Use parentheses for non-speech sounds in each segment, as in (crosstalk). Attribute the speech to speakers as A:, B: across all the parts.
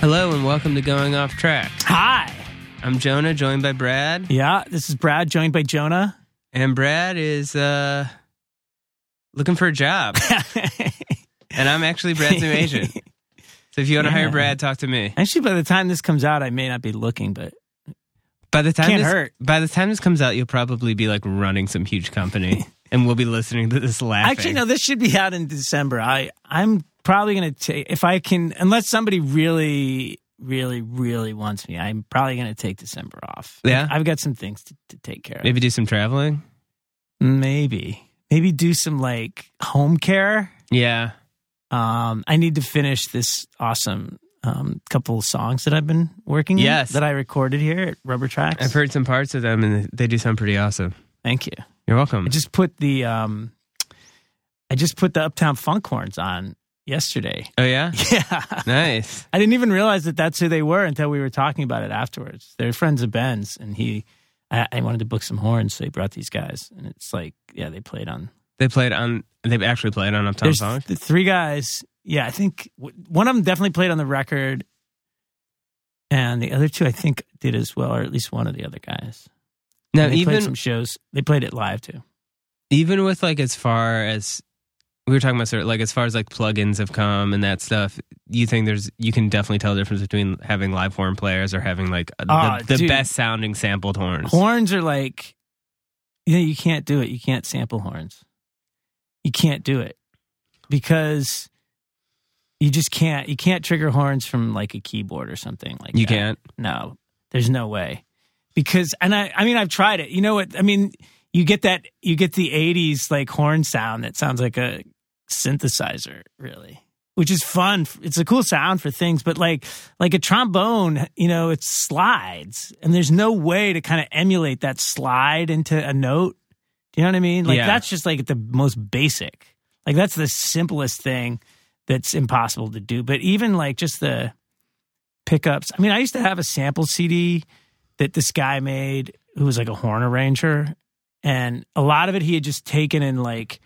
A: Show, and welcome to Going Off Track.
B: Hi.
A: I'm Jonah, joined by Brad,
B: Yeah, this is Brad, joined by Jonah.
A: and Brad is uh, looking for a
B: (laughs)
A: job, and I'm actually Brad's (laughs) new agent. So if you want to hire
B: Yeah.
A: Brad, talk to me.
B: Actually, by the time this comes out, I may not be looking, but
A: By the time
B: Can't
A: this,
B: hurt.
A: by the time this comes out, you'll probably be like running some huge
B: (laughs)
A: company, and we'll be listening to this laughing.
B: actually, no, this should be out in December. I I'm probably gonna take if I can, unless somebody really, really, really wants me. I'm probably gonna take December off.
A: Yeah?
B: I've got some things to, to take care of.
A: maybe do some traveling.
B: maybe maybe do some like home care
A: Yeah,
B: um i need to finish this awesome um couple of songs that i've been working on
A: Yes.
B: that i recorded here at rubber tracks
A: I've heard some parts of them, and they do sound pretty awesome.
B: thank you
A: You're welcome.
B: i just put the um i just put the uptown funk horns on yesterday (laughs)
A: oh yeah,
B: yeah
A: nice.
B: i didn't even realize that that's who they were until we were talking about it afterwards they're friends of ben's and he I, I wanted to book some horns so he brought these guys and it's like yeah they played on
A: They played on. They've actually played on Uptown
B: There's
A: Funk.
B: th- three guys. Yeah, I think w- one of them definitely played on the record, and the other two I think did as well, or at least one of the other guys.
A: Now
B: And they
A: even
B: played some shows. They played it live too.
A: even with like as far as we were talking about sort of like as far as like plugins have come and that stuff you think there's you can definitely tell the difference between having live horn players or having like a-
B: Ah,
A: the, the
B: dude.
A: best sounding sampled horns
B: Horns are like, you know, you can't do it. You can't sample horns. You can't do it because you just can't. You can't trigger horns from like a keyboard or something like
A: you
B: that.
A: can't
B: no there's no way because and i i mean i've tried it you know what i mean you get that you get the 80s like horn sound that sounds like a synthesizer really which is fun it's a cool sound for things but like like a trombone you know it slides and there's no way to kind of emulate that slide into a note do you know what i mean like
A: Yeah.
B: that's just like the most basic like that's the simplest thing that's impossible to do but even like just the pickups. I mean, I used to have a sample CD that this guy made who was like a horn arranger. And a lot of it he had just taken and like,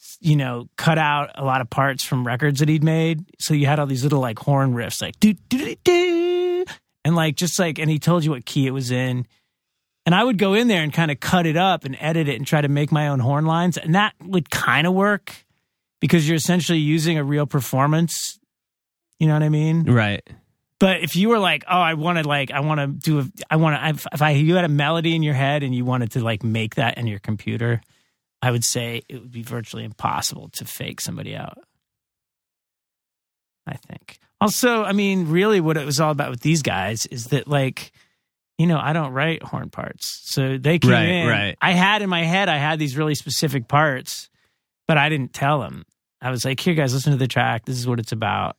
B: s- you know, cut out a lot of parts from records that he'd made. So you had all these little like horn riffs, like do do do do, and like just like, and he told you what key it was in. And I would go in there and kind of cut it up and edit it and try to make my own horn lines, and that would kind of work because you're essentially using a real performance. You know what I mean?
A: right
B: But if you were like, oh, I want to like, I want to do, a, I want to, if, if I you had a melody in your head and you wanted to like make that in your computer, I would say it would be virtually impossible to fake somebody out. I think. Also, I mean, really, what it was all about with these guys is that like, you know, I don't write horn parts, so they came
A: Right,
B: in.
A: right.
B: I had in my head, I had these really specific parts, but I didn't tell them. I was like, here, guys, listen to the track. This is what it's about.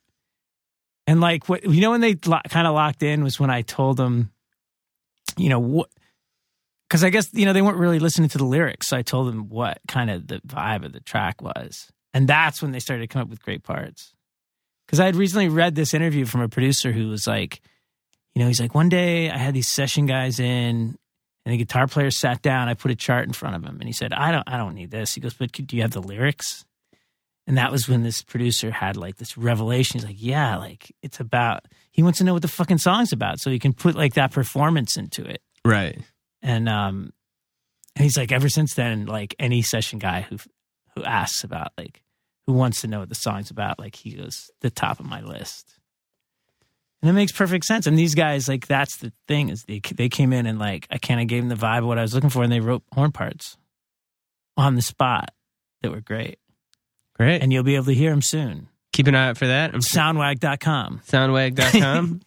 B: And like what you know when they lo- kind of locked in was when I told them, you know what, because I guess you know they weren't really listening to the lyrics. So I told them what kind of the vibe of the track was, and that's when they started to come up with great parts. Because I had recently read this interview from a producer who was like, you know, he's like, one day I had these session guys in. And the guitar player sat down. I put a chart in front of him, and he said, "I don't, I don't need this." He goes, "But do you have the lyrics?" And that was when this producer had like this revelation. He's like, yeah, like it's about, he wants to know what the fucking song's about so he can put like that performance into it.
A: right
B: And, um, and he's like, ever since then, like any session guy who, who asks about like, who wants to know what the song's about, like he goes the top of my list. And it makes perfect sense. And these guys, like, that's the thing is they, they came in and like, I kind of gave them the vibe of what I was looking for. And they wrote horn parts on the spot that were great.
A: great and
B: And you'll be able to hear them soon
A: keep an eye out for that i'm sure
B: soundwag.com. (laughs)
A: soundwag.com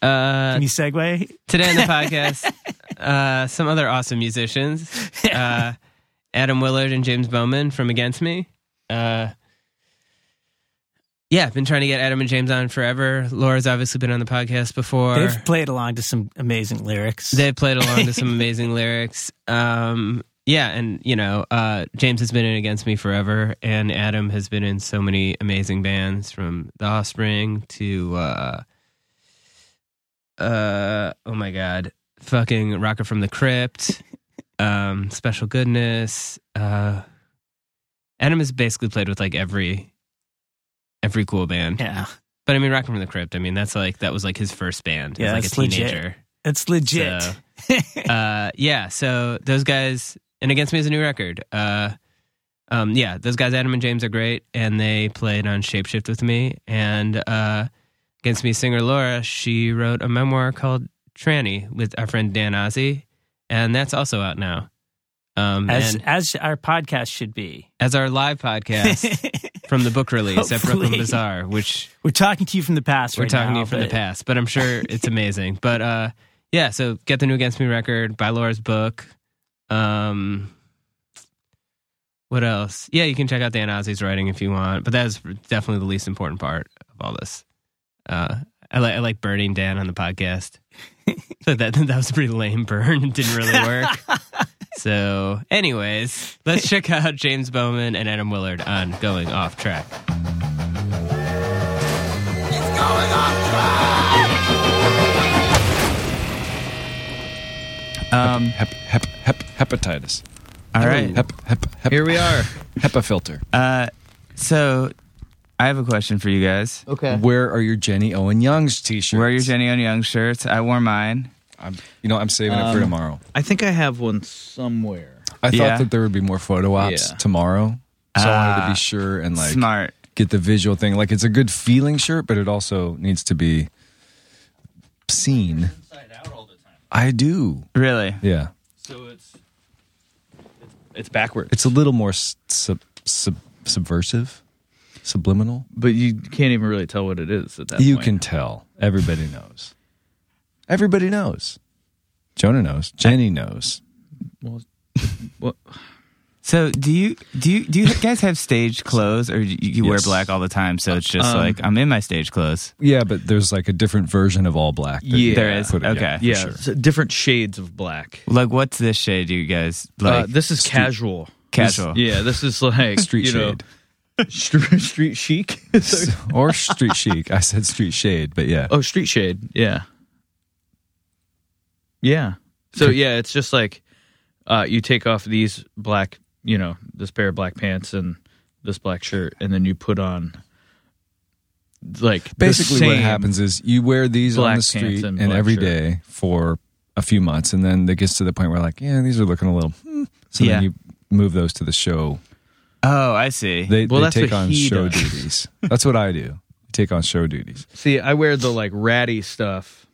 A: uh
B: Can you segue?
A: today on the podcast uh some other awesome musicians uh adam willard and james bowman from against me uh yeah, I've been trying to get Adam and James on forever. Laura's obviously been on the podcast before.
B: They've played along to some amazing lyrics.
A: (laughs) They played along to some amazing lyrics. Um, yeah, and you know, uh, James has been in Against Me Forever, and Adam has been in so many amazing bands from The Offspring to, uh, uh, oh my God, fucking Rocket from the Crypt, um, Special Goodness. Uh, Adam has basically played with like every every cool band
B: yeah.
A: But I mean, Rock from the Crypt. I mean, that's like that was like his first band
B: Yeah,
A: as like a
B: that's legit.
A: teenager.
B: It's legit.
A: So- (laughs) uh, yeah, so those guys and Against Me is a new record. Uh, um, yeah, those guys, Adam and James, are great, and they played on Shapeshift with me. And uh, Against Me singer Laura, she wrote a memoir called Tranny with our friend Dan Ozzie, and that's also out now. Um,
B: as
A: and
B: as our podcast should be.
A: as our live podcast from the book release at Brooklyn
B: Hopefully.
A: Bazaar, which
B: (laughs) We're talking to you from the past.
A: we're
B: right
A: talking to
B: now,
A: you from the
B: but
A: past, but I'm
B: (laughs)
A: sure it's amazing. But uh, yeah, so get the new Against Me record, buy Laura's book. Um, what else? Yeah, you can check out Dan Ozzy's writing if you want, but that's definitely the least important part of all this. Uh, I, li- I like burning Dan on the podcast. so that (laughs) that was a pretty lame burn. It didn't really work.
B: (laughs)
A: so, anyways, let's check out James Bowman and Adam Willard on Going Off Track.
C: Um, hep, hep, hep, hepatitis.
D: All right.
C: Hep, hep, hep,
D: Here we are.
C: HEPA filter.
D: Uh, so I have a question for you guys.
E: Okay.
C: Where are your Jenny Owen Young's t-shirts?
D: Where are your Jenny on Young shirts? I wore mine.
C: I'm, you know, I'm saving it for
E: Um,
C: tomorrow.
E: I think I have one somewhere.
C: I
D: yeah.
C: thought that there would be more photo ops
E: Yeah.
C: tomorrow, so I wanted to
D: Ah,
C: be sure and like
D: Smart.
C: get the visual thing. Like it's a good feeling shirt, but it also needs to be seen. I do.
D: Really?
C: Yeah,
E: So it's it's backwards.
C: it's a little more s- sub, sub, subversive, subliminal.
E: but you can't even really tell what it is at that
C: you
E: point.
C: can tell. Everybody knows. Everybody knows. Jonah knows. Jenny knows.
D: So do you do you do you (laughs) guys have stage clothes or you, you wear
C: Yes.
D: black all the time? So it's just
E: Um,
D: like I'm in my stage clothes.
C: Yeah, but there's like a different version of all black. that you
E: Yeah.
D: There
C: can
D: is?
C: put it-
D: Okay.
C: for
E: Yeah,
C: sure.
E: so different shades of black.
D: Like what's this shade you guys like?
E: uh, this is casual.
C: (laughs)
D: casual.
E: Yeah, this is like
C: Street
E: you know,
C: shade.
E: (laughs) Street, street chic. (laughs)
C: or street chic. I said street shade, but yeah.
E: oh, street shade. Yeah. Yeah. So yeah, it's just like uh, you take off these black, you know, this pair of black pants and this black shirt, and then you put on like the
C: Basically, what
E: same-
C: happens is you wear these on
E: black
C: the
E: pants
C: street
E: and
C: and
E: black
C: every
E: shirt.
C: day for a few months, and then it gets to the point where like, yeah, these are looking a little. hmm. So
D: Yeah.
C: then you move those to the show.
D: Oh, I see.
C: They,
E: Well,
C: they
E: that's
C: take
E: what
C: on
E: he
C: show
E: does.
C: duties. That's what I do. Take on show duties, (laughs)
E: See, I wear the like ratty stuff,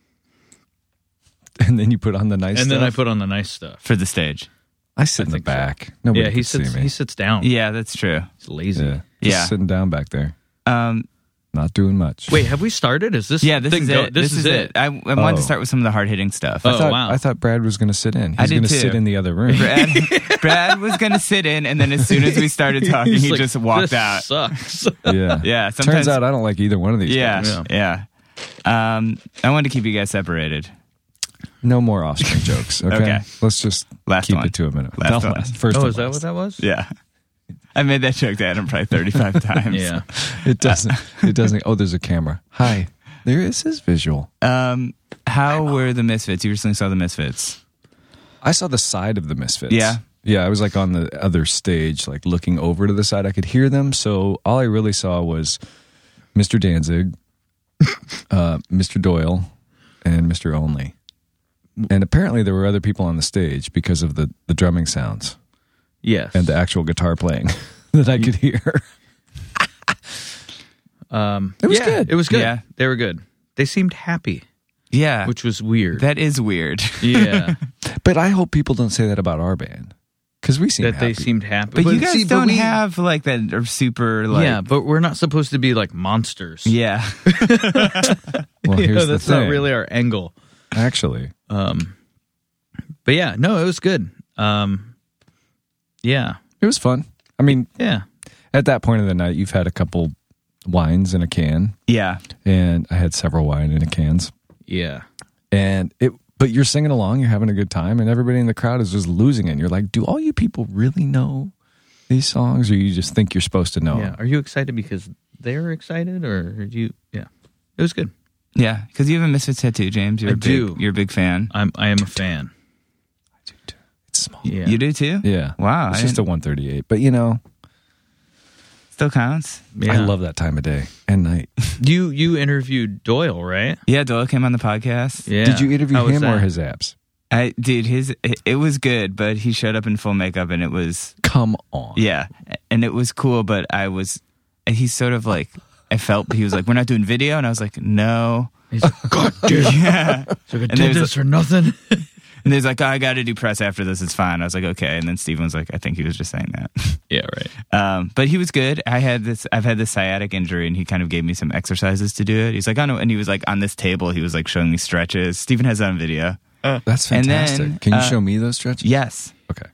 C: and then you put on the nice.
E: and then I
C: stuff.
E: put on the nice stuff.
D: for the stage.
C: I sit in the
E: think so.
C: back. Nobody
E: yeah, he
C: can
E: sits.
C: see me.
E: He sits down.
D: Yeah, that's true.
E: He's lazy.
C: yeah, just
D: Yeah.
C: sitting down back there,
D: Um,
C: not doing much.
E: Wait, have we started? Is this
D: yeah, this
E: thing
D: is
E: go-
D: it. This, is, it. I, I wanted
C: Oh.
D: to start with some of the hard hitting stuff.
C: I
E: Oh,
C: thought,
E: wow.
C: I thought Brad was going to sit in.
D: I
C: He's
D: did
C: going to
D: too.
C: sit in the other room.
D: Brad, Brad was gonna sit in, and then as soon as we
E: (laughs)
D: started talking,
E: He's
D: he
E: like,
D: just walked
E: "This
D: out. (laughs)
E: Sucks.
C: yeah,
D: Yeah,
C: Turns
D: sometimes-
C: out I don't like either one of these.
D: Yeah,
C: guys.
D: yeah. Um, I wanted to keep you guys separated.
C: No more offspring jokes. Okay.
D: Okay.
C: Let's just
D: Last
C: keep
D: one.
C: it to a minute.
D: Last one.
C: First.
E: oh,
C: and
E: is that
C: last.
E: what that was?
D: Yeah. I made that joke to Adam probably
E: (laughs)
D: 35 times.
E: Yeah.
C: (laughs) It doesn't. it doesn't. Oh, there's a camera. Hi. There is his visual.
D: Um, how were the Misfits? You recently saw the Misfits.
C: I saw the side of the Misfits.
D: Yeah.
C: Yeah, I was like on the other stage, like looking over to the side. I could hear them. So all I really saw was Mr. Danzig, (laughs) uh, Mr. Doyle, and Mr. Only. And apparently there were other people on the stage because of the, the drumming sounds
E: Yes.
C: and the actual guitar playing (laughs) that I could hear.
E: (laughs) um,
C: It was
E: yeah,
C: good.
E: It was good.
D: Yeah.
E: They were good. They seemed happy,
D: Yeah.
E: which was weird.
D: that is
E: (laughs)
D: weird. (laughs)
E: yeah.
C: But I hope people don't say that about our band because we seem
E: that
C: happy.
E: they seemed happy.
D: But, you guys
E: see, but
D: don't
E: we-
D: have like that or super like.
E: yeah, but we're not supposed to be like monsters.
D: Yeah. (laughs)
C: well,
E: (laughs) You know,
C: here's the
E: that's
C: thing.
E: not really our angle.
C: Actually,
E: Um, but yeah, no, it was good. Um, yeah,
C: it was fun. I mean,
E: yeah.
C: at that point of the night, you've had a couple wines in a can,
D: Yeah.
C: and I had several wine in a cans,
E: Yeah.
C: and it. But you're singing along, you're having a good time, and everybody in the crowd is just losing it. And you're like, do all you people really know these songs, or you just think you're supposed to know?
E: Yeah.
C: 'em?
E: Are you excited because they're excited or do you yeah. It was good.
D: Yeah. Because you have a Misfits tattoo, James. You're
E: I
D: a big,
E: do.
D: You're a big fan.
E: I'm I am a fan.
C: Dude, It's small.
E: Yeah.
D: You do too?
C: Yeah.
D: Wow.
C: It's
D: I
C: just a
D: didn't-
C: 138, but you know,
D: Still counts.
C: I love that time of day and night.
E: you. You interviewed Doyle, right?
D: Yeah, Doyle came on the podcast.
E: Yeah.
C: Did you interview
E: How was
C: him or
E: that?
C: his apps?
D: I dude, his it- it was good, but he showed up in full makeup and it was
C: Come on.
D: yeah, and it was cool, but I was he's sort of like I felt he was like we're not doing video and I was like no.
E: He's like, God, dude.
D: Yeah.
E: It's like, I
D: there's
E: did this or nothing. (laughs)
D: And he's like, oh, I got to do press after this. It's fine. I was like, okay. And then Steven was like, I think he was just saying that. (laughs)
E: yeah, right.
D: Um, but he was good. I had this, I've had this sciatic injury and he kind of gave me some exercises to do it. He's like, oh no. And he was like on this table, he was like showing me stretches. Steven has that on video.
C: That's
D: And then,
C: fantastic. Can you
D: uh,
C: show me those stretches?
D: Yes.
C: Okay.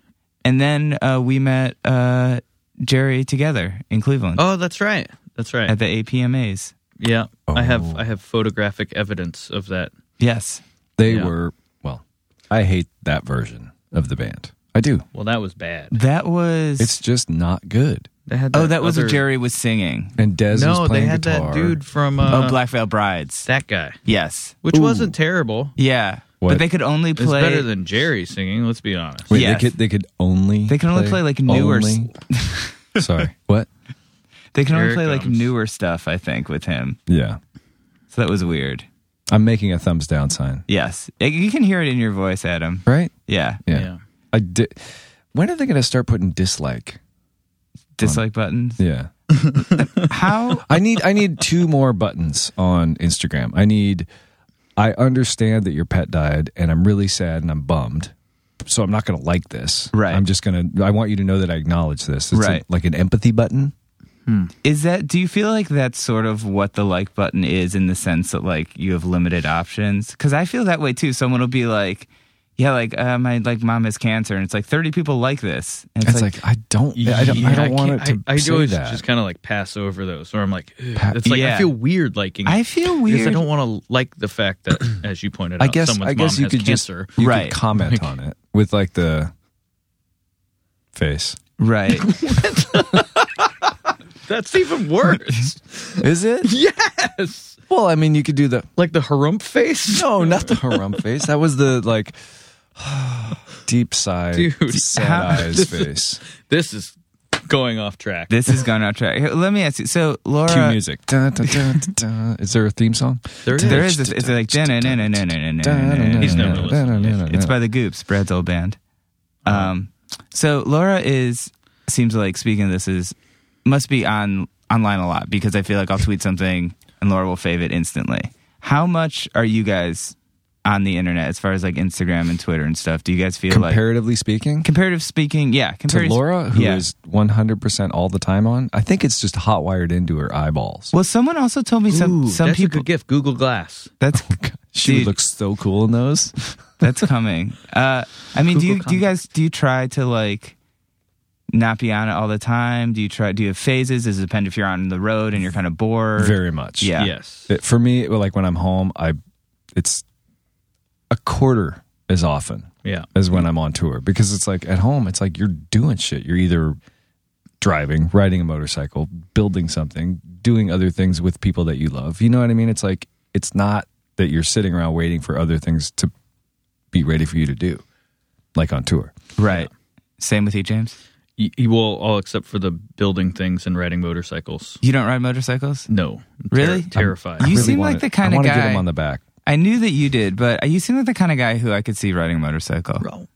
D: And then, uh, we met, uh, Jerry together in Cleveland
E: Oh, that's right. That's right.
D: at the APMAs.
E: Yeah, I have
C: Oh.
E: I have photographic evidence of that.
D: Yes.
C: They
E: Yeah.
C: were well. I hate that version of the band. I do.
E: Well, that was bad.
D: That was,
C: It's just not good.
E: They had
D: oh, that was
E: other-
D: what Jerry was singing.
C: And Des
E: No,
C: was
E: they
C: playing
E: had
C: guitar.
E: that dude from uh,
D: oh, Black Veil Brides.
E: that guy,
D: yes.
E: which wasn't terrible.
D: Yeah.
C: What?
D: But they could only
E: It's
D: play.
E: better than Jerry singing. Let's be honest.
C: Wait,
D: Yes.
C: they could they could only
D: They can only play, like, newer s-
C: only- (laughs) Sorry. What?
D: They can
E: Here
D: only
E: it
D: play like
E: comes.
D: newer stuff, I think, with him.
C: Yeah.
D: So that was weird.
C: I'm making a thumbs down sign.
D: Yes, I- you can hear it in your voice, Adam.
C: Right?
D: Yeah,
C: Yeah. I di- when are they going to start putting dislike?
D: dislike buttons.
C: Yeah.
E: (laughs)
D: How?
C: I need I need two more buttons on Instagram. I need I understand that your pet died and I'm really sad and I'm bummed. So I'm not going to like this.
D: Right.
C: I'm just going to I want you to know that I acknowledge this. It's a-
D: Right.
C: like an empathy button.
D: Is that? Do you feel like that's sort of what the like button is in the sense that like you have limited options? Because I feel that way too. Someone will be like, "Yeah, like uh, my like mom has cancer," and it's like thirty people like this. And
C: It's like, I don't I don't, I
E: Yeah,
C: don't want it
E: can't-
C: to
E: I, I
C: say
E: always
C: that.
E: just kind of like pass over those, or I'm like, "Ugh."
C: Pa-
E: it's like I
D: Yeah.
E: feel weird liking.
D: I feel
E: because
D: weird.
E: I don't want to like the
C: (clears throat)
E: fact that, as you pointed
C: I
E: out,
C: guess
E: someone's
C: I guess
E: mom
C: you
E: has
C: could
E: cancer.
C: just you
E: (laughs)
D: Right.
C: could comment on it with like the face.
E: (laughs)
D: right?
E: That's
C: (laughs)
E: even worse.
C: Is it?
E: yes,
C: (laughs) Well, I mean, you could do the
E: like the harump face.
C: no, not
E: (laughs)
C: the harumph face. That was the like (sighs) deep sigh,
E: Dude.
C: sad
D: How-
C: eyes
E: (laughs)
C: face.
E: This is going off track.
D: this has gone off track. Here, Let me ask you. So, Laura,
C: Cue music. (laughs) Dun, dun, dun, dun, dun. Is there a theme song?
E: There it
D: there
E: is.
D: is this. It's like,
E: He's never
D: It's by the Goops, Brad's old band.
C: Uh-huh.
D: Um, so Laura is seems like speaking of this is must be on online a lot because I feel like I'll tweet something and Laura will fave it instantly. How much are you guys on the internet as far as like Instagram and Twitter and stuff? Do you guys feel like
C: comparatively speaking
D: comparative speaking? Yeah,
C: to
D: comparative
C: Laura, who
D: yeah.
C: is 100% all the time on. I think it's just hot wired into her eyeballs.
D: Well, someone also told me some
E: Ooh,
D: some
E: that's
D: people
E: a good gift. Google Glass.
D: that's
C: (laughs) She
D: dude.
C: would look so cool in those.
D: That's coming. Uh, I mean, do you
E: Google
D: do you guys do you try to like not be on it all the time? Do you try? Do you have phases? Does it depend if you're on the road and you're kind of bored?
C: Very much.
D: Yeah.
E: Yes.
C: It- for me, well, like when I'm home, I it's a quarter as often
E: Yeah.
C: as when I'm on tour because it's like at home, it's like you're doing shit. You're either driving, riding a motorcycle, building something, doing other things with people that you love. You know what I mean? It's like it's not that you're sitting around waiting for other things to be ready for you to do, like on tour.
D: Right. Same with you, James.
E: Y- y- well, all except for the building things and riding motorcycles.
D: You don't ride motorcycles.
E: No, I'm
D: Really?
C: Um,
E: ter- terrified.
D: You
C: I
D: seem
C: want
D: like
C: it.
D: the kinda
C: I wanna get
D: guy-
C: him on the back.
D: I knew that you did, but you seem like the kind of guy who I could see riding a motorcycle.
E: Bro,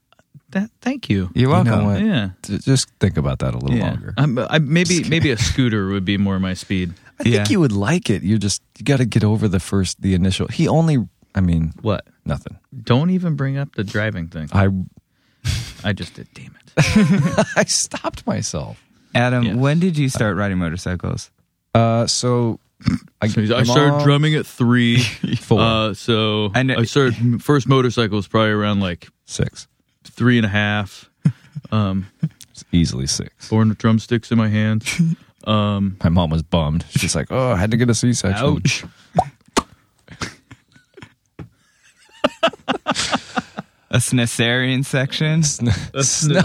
E: that. Thank you.
D: You're welcome.
C: know what?
E: Yeah.
C: J- Just think about that a little
E: Yeah.
C: longer.
E: I'm, I, maybe maybe a scooter would be more
C: (laughs)
E: my speed.
C: I think
D: Yeah.
C: you would like it. You're just you got to get over the first the initial. He only I mean
E: What?
C: nothing.
E: Don't even bring up the driving thing.
C: I
E: I just did. Damn
D: (laughs)
E: it.
C: I stopped myself.
D: Adam,
E: Yes.
D: when did you start riding motorcycles?
C: Uh so I,
E: So he's- I
C: I'm
E: started
C: on
E: drumming
D: (laughs)
E: at three.
C: four
E: Uh, so
D: I know-
E: I started first motorcycle was probably around like
C: six.
E: three and a half. Um,
C: It's easily six.
E: born with drumsticks in my
D: (laughs)
E: hands. Um,
C: My mom was bummed. She's like, "Oh, I had to get a C-section." (laughs)
E: ouch.
D: A Snissarian section.
C: Snow.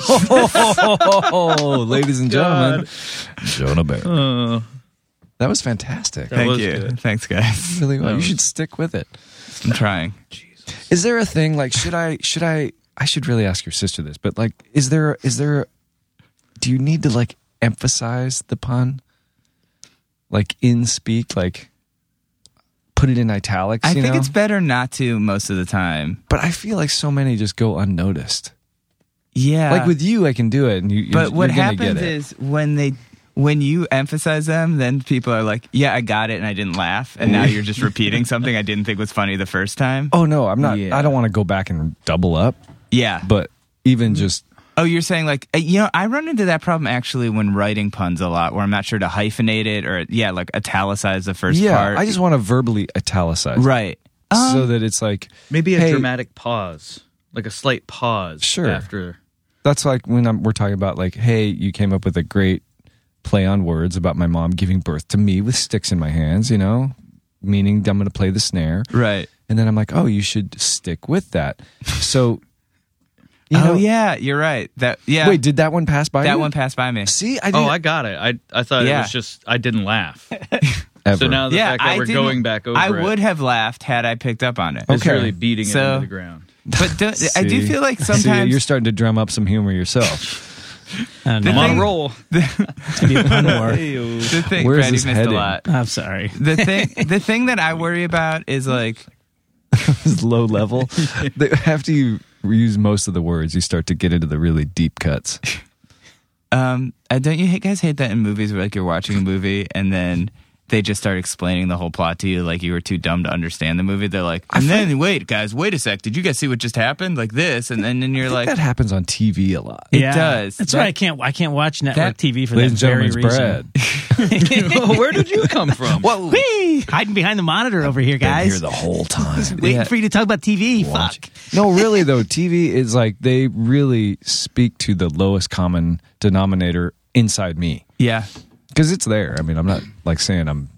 C: (laughs) ladies and gentlemen, Jonah Bear.
E: Uh,
C: That was fantastic.
E: That
D: Thank
E: was
D: you.
E: good.
D: Thanks, guys.
C: It really was.
E: that
C: You
E: was-
C: should stick with it.
D: I'm trying.
C: Is there a thing like should I should I I should really ask your sister this, but like is there is there do you need to like emphasize the pun? like in speak, like put it in italics.
D: I
C: you
D: think
C: know?
D: it's better not to most of the time.
C: but I feel like so many just go unnoticed.
D: Yeah.
C: like with you, I can do it, and you.
D: but
C: you
D: what
C: you're gonna
D: happens
C: get it.
D: is when they when you emphasize them, then people are like, "Yeah, I got it," and I didn't laugh, and now you're just
C: (laughs)
D: repeating something I didn't think was funny the first time.
C: oh no, I'm not.
E: Yeah.
C: I don't want to go back and double up.
D: Yeah.
C: But even just
D: Oh, you're saying like uh, you know I run into that problem actually when writing puns a lot, where I'm not sure to hyphenate it or yeah, like italicize the first
C: yeah,
D: part.
C: I just want to verbally italicize, it
D: right. Um,
C: So that it's like
E: Maybe a
C: Hey.
E: dramatic pause, like a slight pause
C: Sure.
E: after.
C: that's like when I'm, we're talking about like, hey, you came up with a great play on words about my mom giving birth to me with sticks in my hands, you know, meaning I'm going to play the snare.
D: right.
C: And then I'm like, oh, you should stick with that. So, you
D: (laughs) oh
C: know,
D: yeah, you're right. That yeah.
C: Wait, did that one pass by?
D: that
C: you?
D: one passed by me.
C: See, I didn't.
E: Oh, I got it. I I thought
D: Yeah.
E: it was just I didn't laugh.
C: ever.
E: So now the
D: yeah,
E: fact that
D: I
E: we're
D: didn't-
E: going back over,
D: I
E: it
D: would have laughed had I picked up on it.
E: is
C: Okay.
E: really beating it
D: So-
E: into the ground.
D: But do, I
C: (laughs)
D: do
C: See?
D: feel like
C: See,
D: sometimes
C: you're starting to drum up some humor
D: (laughs)
C: yourself.
B: I don't
D: The
B: know.
E: I'm on
D: thing-
E: a roll.
B: (laughs) to be a pun war.
D: the thing
C: Where's
D: Freddie
C: this
D: missed
C: heading?
D: a lot.
B: I'm sorry.
D: The
E: (laughs)
D: thing the thing that I worry about is like
C: it's low level. They- After you use most of the words, you start to get into the really deep cuts.
D: um uh, don't you hate- guys hate that in movies where like you're watching a movie and then they just start explaining the whole plot to you like you were too dumb to understand the movie. They're like, and then wait, guys, wait a sec. Did you guys see what just happened? Like this, and then and you're
C: I think
D: like,
C: that happens on TV a lot.
D: It does.
B: That's
D: That-
B: why I can't. I can't watch network
D: that-
B: TV for that
C: Ladies and
B: very
C: gentlemen, it's
B: reason.
C: Brad.
E: Where did you
D: (laughs)
E: come from?
C: Whoa.
B: Whee! Hiding behind the monitor over here,
C: Been here
B: guys.
C: the whole time.
B: Waiting
D: Yeah.
B: for you to talk about TV. Fuck.
C: no, really though, TV is like they really speak to the lowest common denominator inside me
D: yeah.
C: because it's there. I mean, I'm not like saying I'm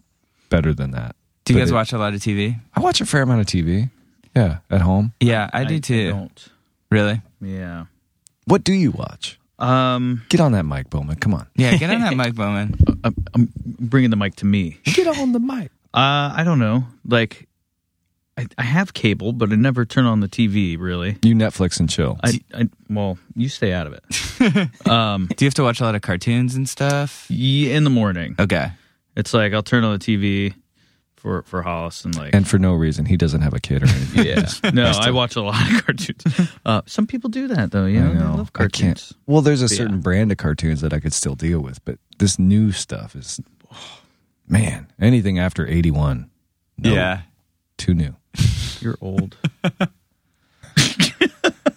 C: better than that.
D: Do you
C: But
D: guys
C: it-
D: watch a lot of TV?
C: I watch a fair amount of TV. Yeah, at home.
D: Yeah, I do too.
E: Don't.
D: Really?
E: Yeah.
C: What do you watch?
E: Um,
C: Get on that mic, Bowman. Come on.
D: Yeah, get on
C: (laughs)
D: that mic, Bowman.
E: I'm, I'm bringing the mic to me.
C: Get on the mic.
E: Uh, I don't know. Like, I, I have cable, but I never turn on the TV. Really.
C: You Netflix and chill.
E: I, I well, you stay
C: (laughs)
E: out of it. um,
D: Do you have to watch a lot of cartoons and stuff?
E: ye- in the morning,
D: Okay.
E: it's like I'll turn on the TV for for Hollis and like
C: and for no reason, he doesn't have a kid or anything.
E: yeah. (laughs) No, I watch a lot of (laughs) cartoons. Uh, some people do that though. You
C: know.
E: know, they love
C: I can't-
E: cartoons.
C: Well, there's a
E: Yeah.
C: certain brand of cartoons that I could still deal with, but this new stuff is, man, anything after 81, No.
D: Yeah.
C: too new.
E: You're
C: (laughs)
E: old.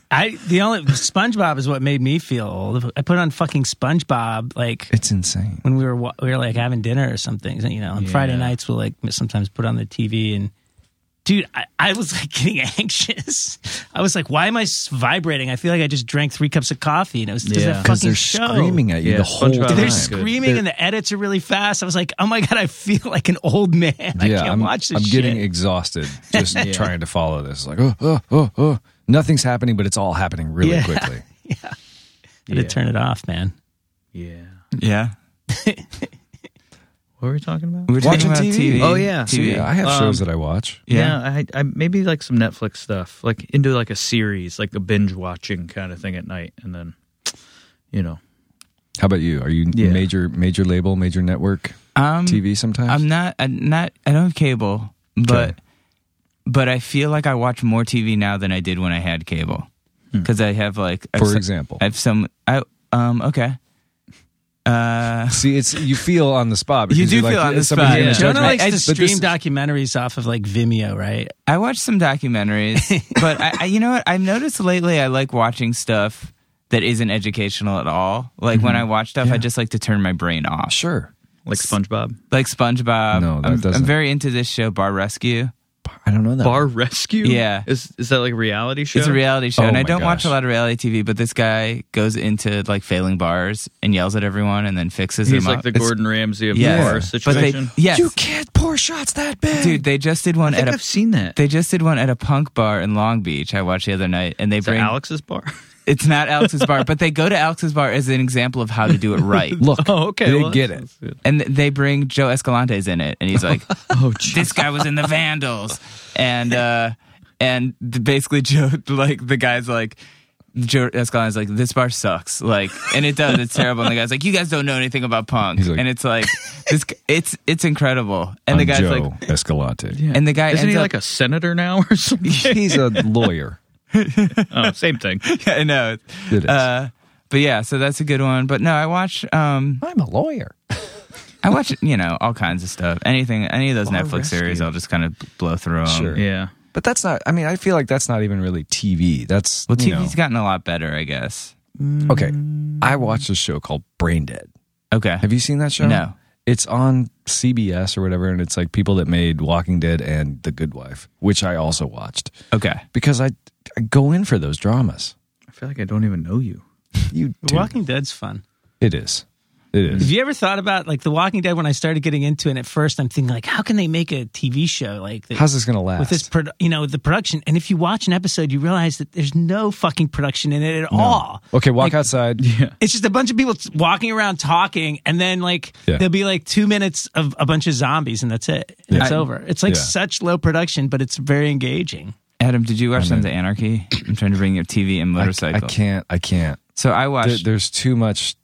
B: I the only SpongeBob is what made me feel old. I put on fucking SpongeBob like
C: It's insane.
B: when we were wa- we were like having dinner or something. You know, on Friday
E: Yeah.
B: nights we'll like sometimes put on the TV and. Dude, I, I was like (laughs) getting anxious. I was like, "Why am I s- vibrating? I feel like I just drank three cups of coffee." And it was because
E: Yeah.
B: that
C: Because
B: fucking
C: they're
B: show.
C: screaming at you
E: Yeah,
C: the whole
E: SpongeBob
C: time.
E: is
B: They're
E: Good.
B: screaming and the edits are really fast. I was like, "Oh my god, I feel like an old man. (laughs) (laughs) I can't
C: I'm,
B: watch this
C: I'm
B: shit."
C: getting
B: (laughs)
C: exhausted just trying to follow this. Like, oh, oh, oh, oh. Nothing's happening, but it's all happening really
B: Yeah. (laughs)
C: quickly.
B: I had
E: Yeah.
B: to turn it off, man.
E: Yeah.
D: Yeah.
E: What were we talking about?
D: We were
C: Watching
D: talking about
C: TV.
D: TV.
E: Oh, yeah.
C: So,
D: TV.
C: yeah, I have shows
E: Um,
C: that I watch.
D: Yeah.
E: Yeah, I, I maybe like some Netflix stuff, like into like a series, like a binge watching kind of thing at night, and then you know,
C: How about you? Are you
E: Yeah.
C: major, major label, major network
D: Um,
C: TV sometimes?
D: I'm not. I'm not. I don't have cable, but
C: Okay.
D: but I feel like I watch more TV now than I did when I had cable because I have like I've
C: Hmm. For
D: some-
C: example.
D: I have some. I um okay. Uh,
C: See, it's you feel on the spot.
D: You
C: because
D: do
C: you're like,
D: feel on the
C: somebody's
D: spot.
C: gonna
E: Yeah.
C: judge
B: Jonah
C: me.
B: likes
D: I-
B: to
C: but
B: stream
C: this-
B: documentaries off of like Vimeo, right?
D: I watch
C: (laughs)
D: some documentaries, but I, I you know what I've noticed lately? I like watching stuff that isn't educational at all. Like when I
C: Mm-hmm.
D: watch stuff, I just like to turn my brain off.
C: Sure.
E: like SpongeBob,
D: Like SpongeBob.
C: No, that
D: I'm,
C: doesn't-
D: I'm very into this show, Bar Rescue.
C: I don't know that.
E: Bar Rescue.
D: Yeah.
E: is is that like a reality show?
D: It's a reality show,
C: Oh
D: and
C: my
D: I don't watch
C: gosh.
D: a lot of reality TV. But this guy goes into like failing bars and yells at everyone, and then fixes
E: He's
D: them
E: like
D: up.
E: the
D: It's-
E: Gordon Ramsay of
D: Yeah.
E: the bar situation.
D: But they, yes,
C: You can't pour shots that big.
D: dude, they just did one
E: I think
D: at a
E: I've seen that.
D: they just did one at a punk bar in Long Beach. I watched the other night, and they
E: Is that
D: bring (laughs)
E: Alex's bar.
D: it's not Alex's bar, but they go to Alex's bar as an example of how to
E: (laughs)
D: do it right.
C: (laughs) Look.
E: Oh, okay.
C: They didn't
E: well,
C: get
E: that
C: it.
E: sounds good.
D: and they bring Joe Escalante's in it, and
C: (laughs)
D: he's like, "Oh, this guy was in the (laughs) Vandals," and uh, and th- basically Joe, like the guy's like, Joe Escalante's like, this bar sucks. Like, and it does. It's terrible. And the guy's like, you guys don't know anything about punk.
C: He's like-
D: and it's like, this, it's it's incredible. And the
C: I'm
D: guy's
C: Joe (laughs)
D: like,
C: Escalante.
D: and the guy
E: isn't
D: ends
E: he
D: up-
E: like a senator now or (laughs) something?
C: He's a lawyer.
E: oh, same thing.
D: yeah, (laughs) I know.
C: (laughs) It is.
D: Uh, but yeah, so that's a good one. But no, I watch, um,
C: I'm a lawyer.
D: I watch, you know, all kinds of stuff. Anything, any of those
C: Bar
D: Netflix
C: Rescue.
D: series, I'll just kind of blow through 'em.
C: Sure.
E: Yeah.
C: But that's not. I mean, I feel like that's not even really TV. That's
D: Well,
C: you
D: TV's gotten a lot better, I guess.
C: know. okay. I watched a show called Brain Dead.
D: Okay.
C: Have you seen that show?
D: No.
C: It's on CBS or whatever, and it's like people that made Walking Dead and The Good Wife, which I also watched
D: Okay.
C: because I, I go in for those dramas.
E: I feel like I don't even know you.
C: You
B: The
C: do.
B: Walking Dead's fun.
C: It is. It is.
B: Have you ever thought about like The Walking Dead? When I started getting into it, at first I'm thinking like, how can they make a TV show like that
C: How's this going to last?
B: with this, produ- you know, the production? And if you watch an episode, you realize that there's no fucking production in it at all.
C: okay, walk
B: Like, (laughs)
C: outside.
B: It's just a bunch of people t- walking around talking, and then like
C: Yeah.
B: there'll be like two minutes of a bunch of zombies, and that's it. And
C: Yeah.
B: It's
C: I-
B: over. It's like
C: yeah.
B: such low production, but it's very engaging.
D: Adam, did you watch Sons of Anarchy? I'm trying to bring your TV and
C: I-
D: motorcycle.
C: I, can't. I can't.
D: So I watched.
C: There- there's too much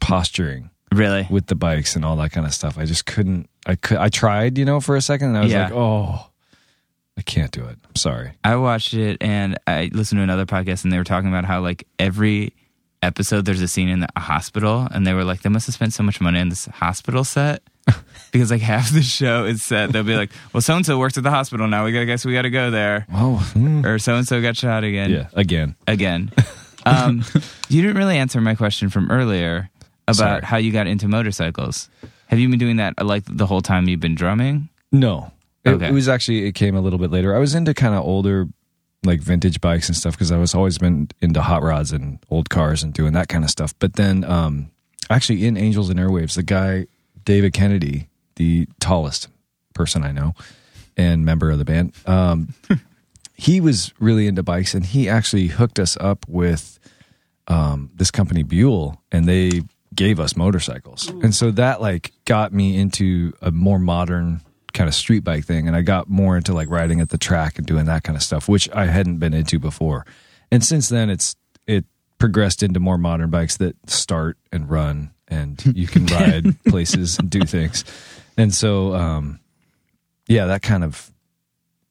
C: posturing
D: really?
C: with the bikes and all that kind of stuff. I just couldn't. I could. I tried, you know, for a second, and I was
D: Yeah.
C: like, oh, I can't do it. I'm sorry.
D: I watched it and I listened to another podcast and they were talking about how like every episode there's a scene in a hospital and they were like they must have spent so much money on this
C: (laughs)
D: hospital set because like half the show is set they'll be like well so and so works at the hospital now we gotta guess we gotta
C: (laughs)
D: go there
C: Oh, hmm.
D: or so and so got shot again
C: yeah. Again, (laughs)
D: again um, you didn't really answer my question from earlier about
C: Sorry.
D: how you got into motorcycles have you been doing that uh, like the whole time you've been drumming
C: no. It,
D: Okay.
C: it was actually. It came a little bit later. I was into kind of older, like vintage bikes and stuff because I was always been into hot rods and old cars and doing that kind of stuff. But then, um, actually, in Angels and Airwaves, the guy David Kennedy, the tallest person I know and member of the band, um, (laughs) he was really into bikes and he actually hooked us up with um, this company Buell and they gave us motorcycles. And so that like got me into a more modern kind of street bike thing and I got more into like riding at the track and doing that kind of stuff which I hadn't been into before. And since then it's it progressed into more modern bikes that start and run and you can ride places and do things. And so um yeah, that kind of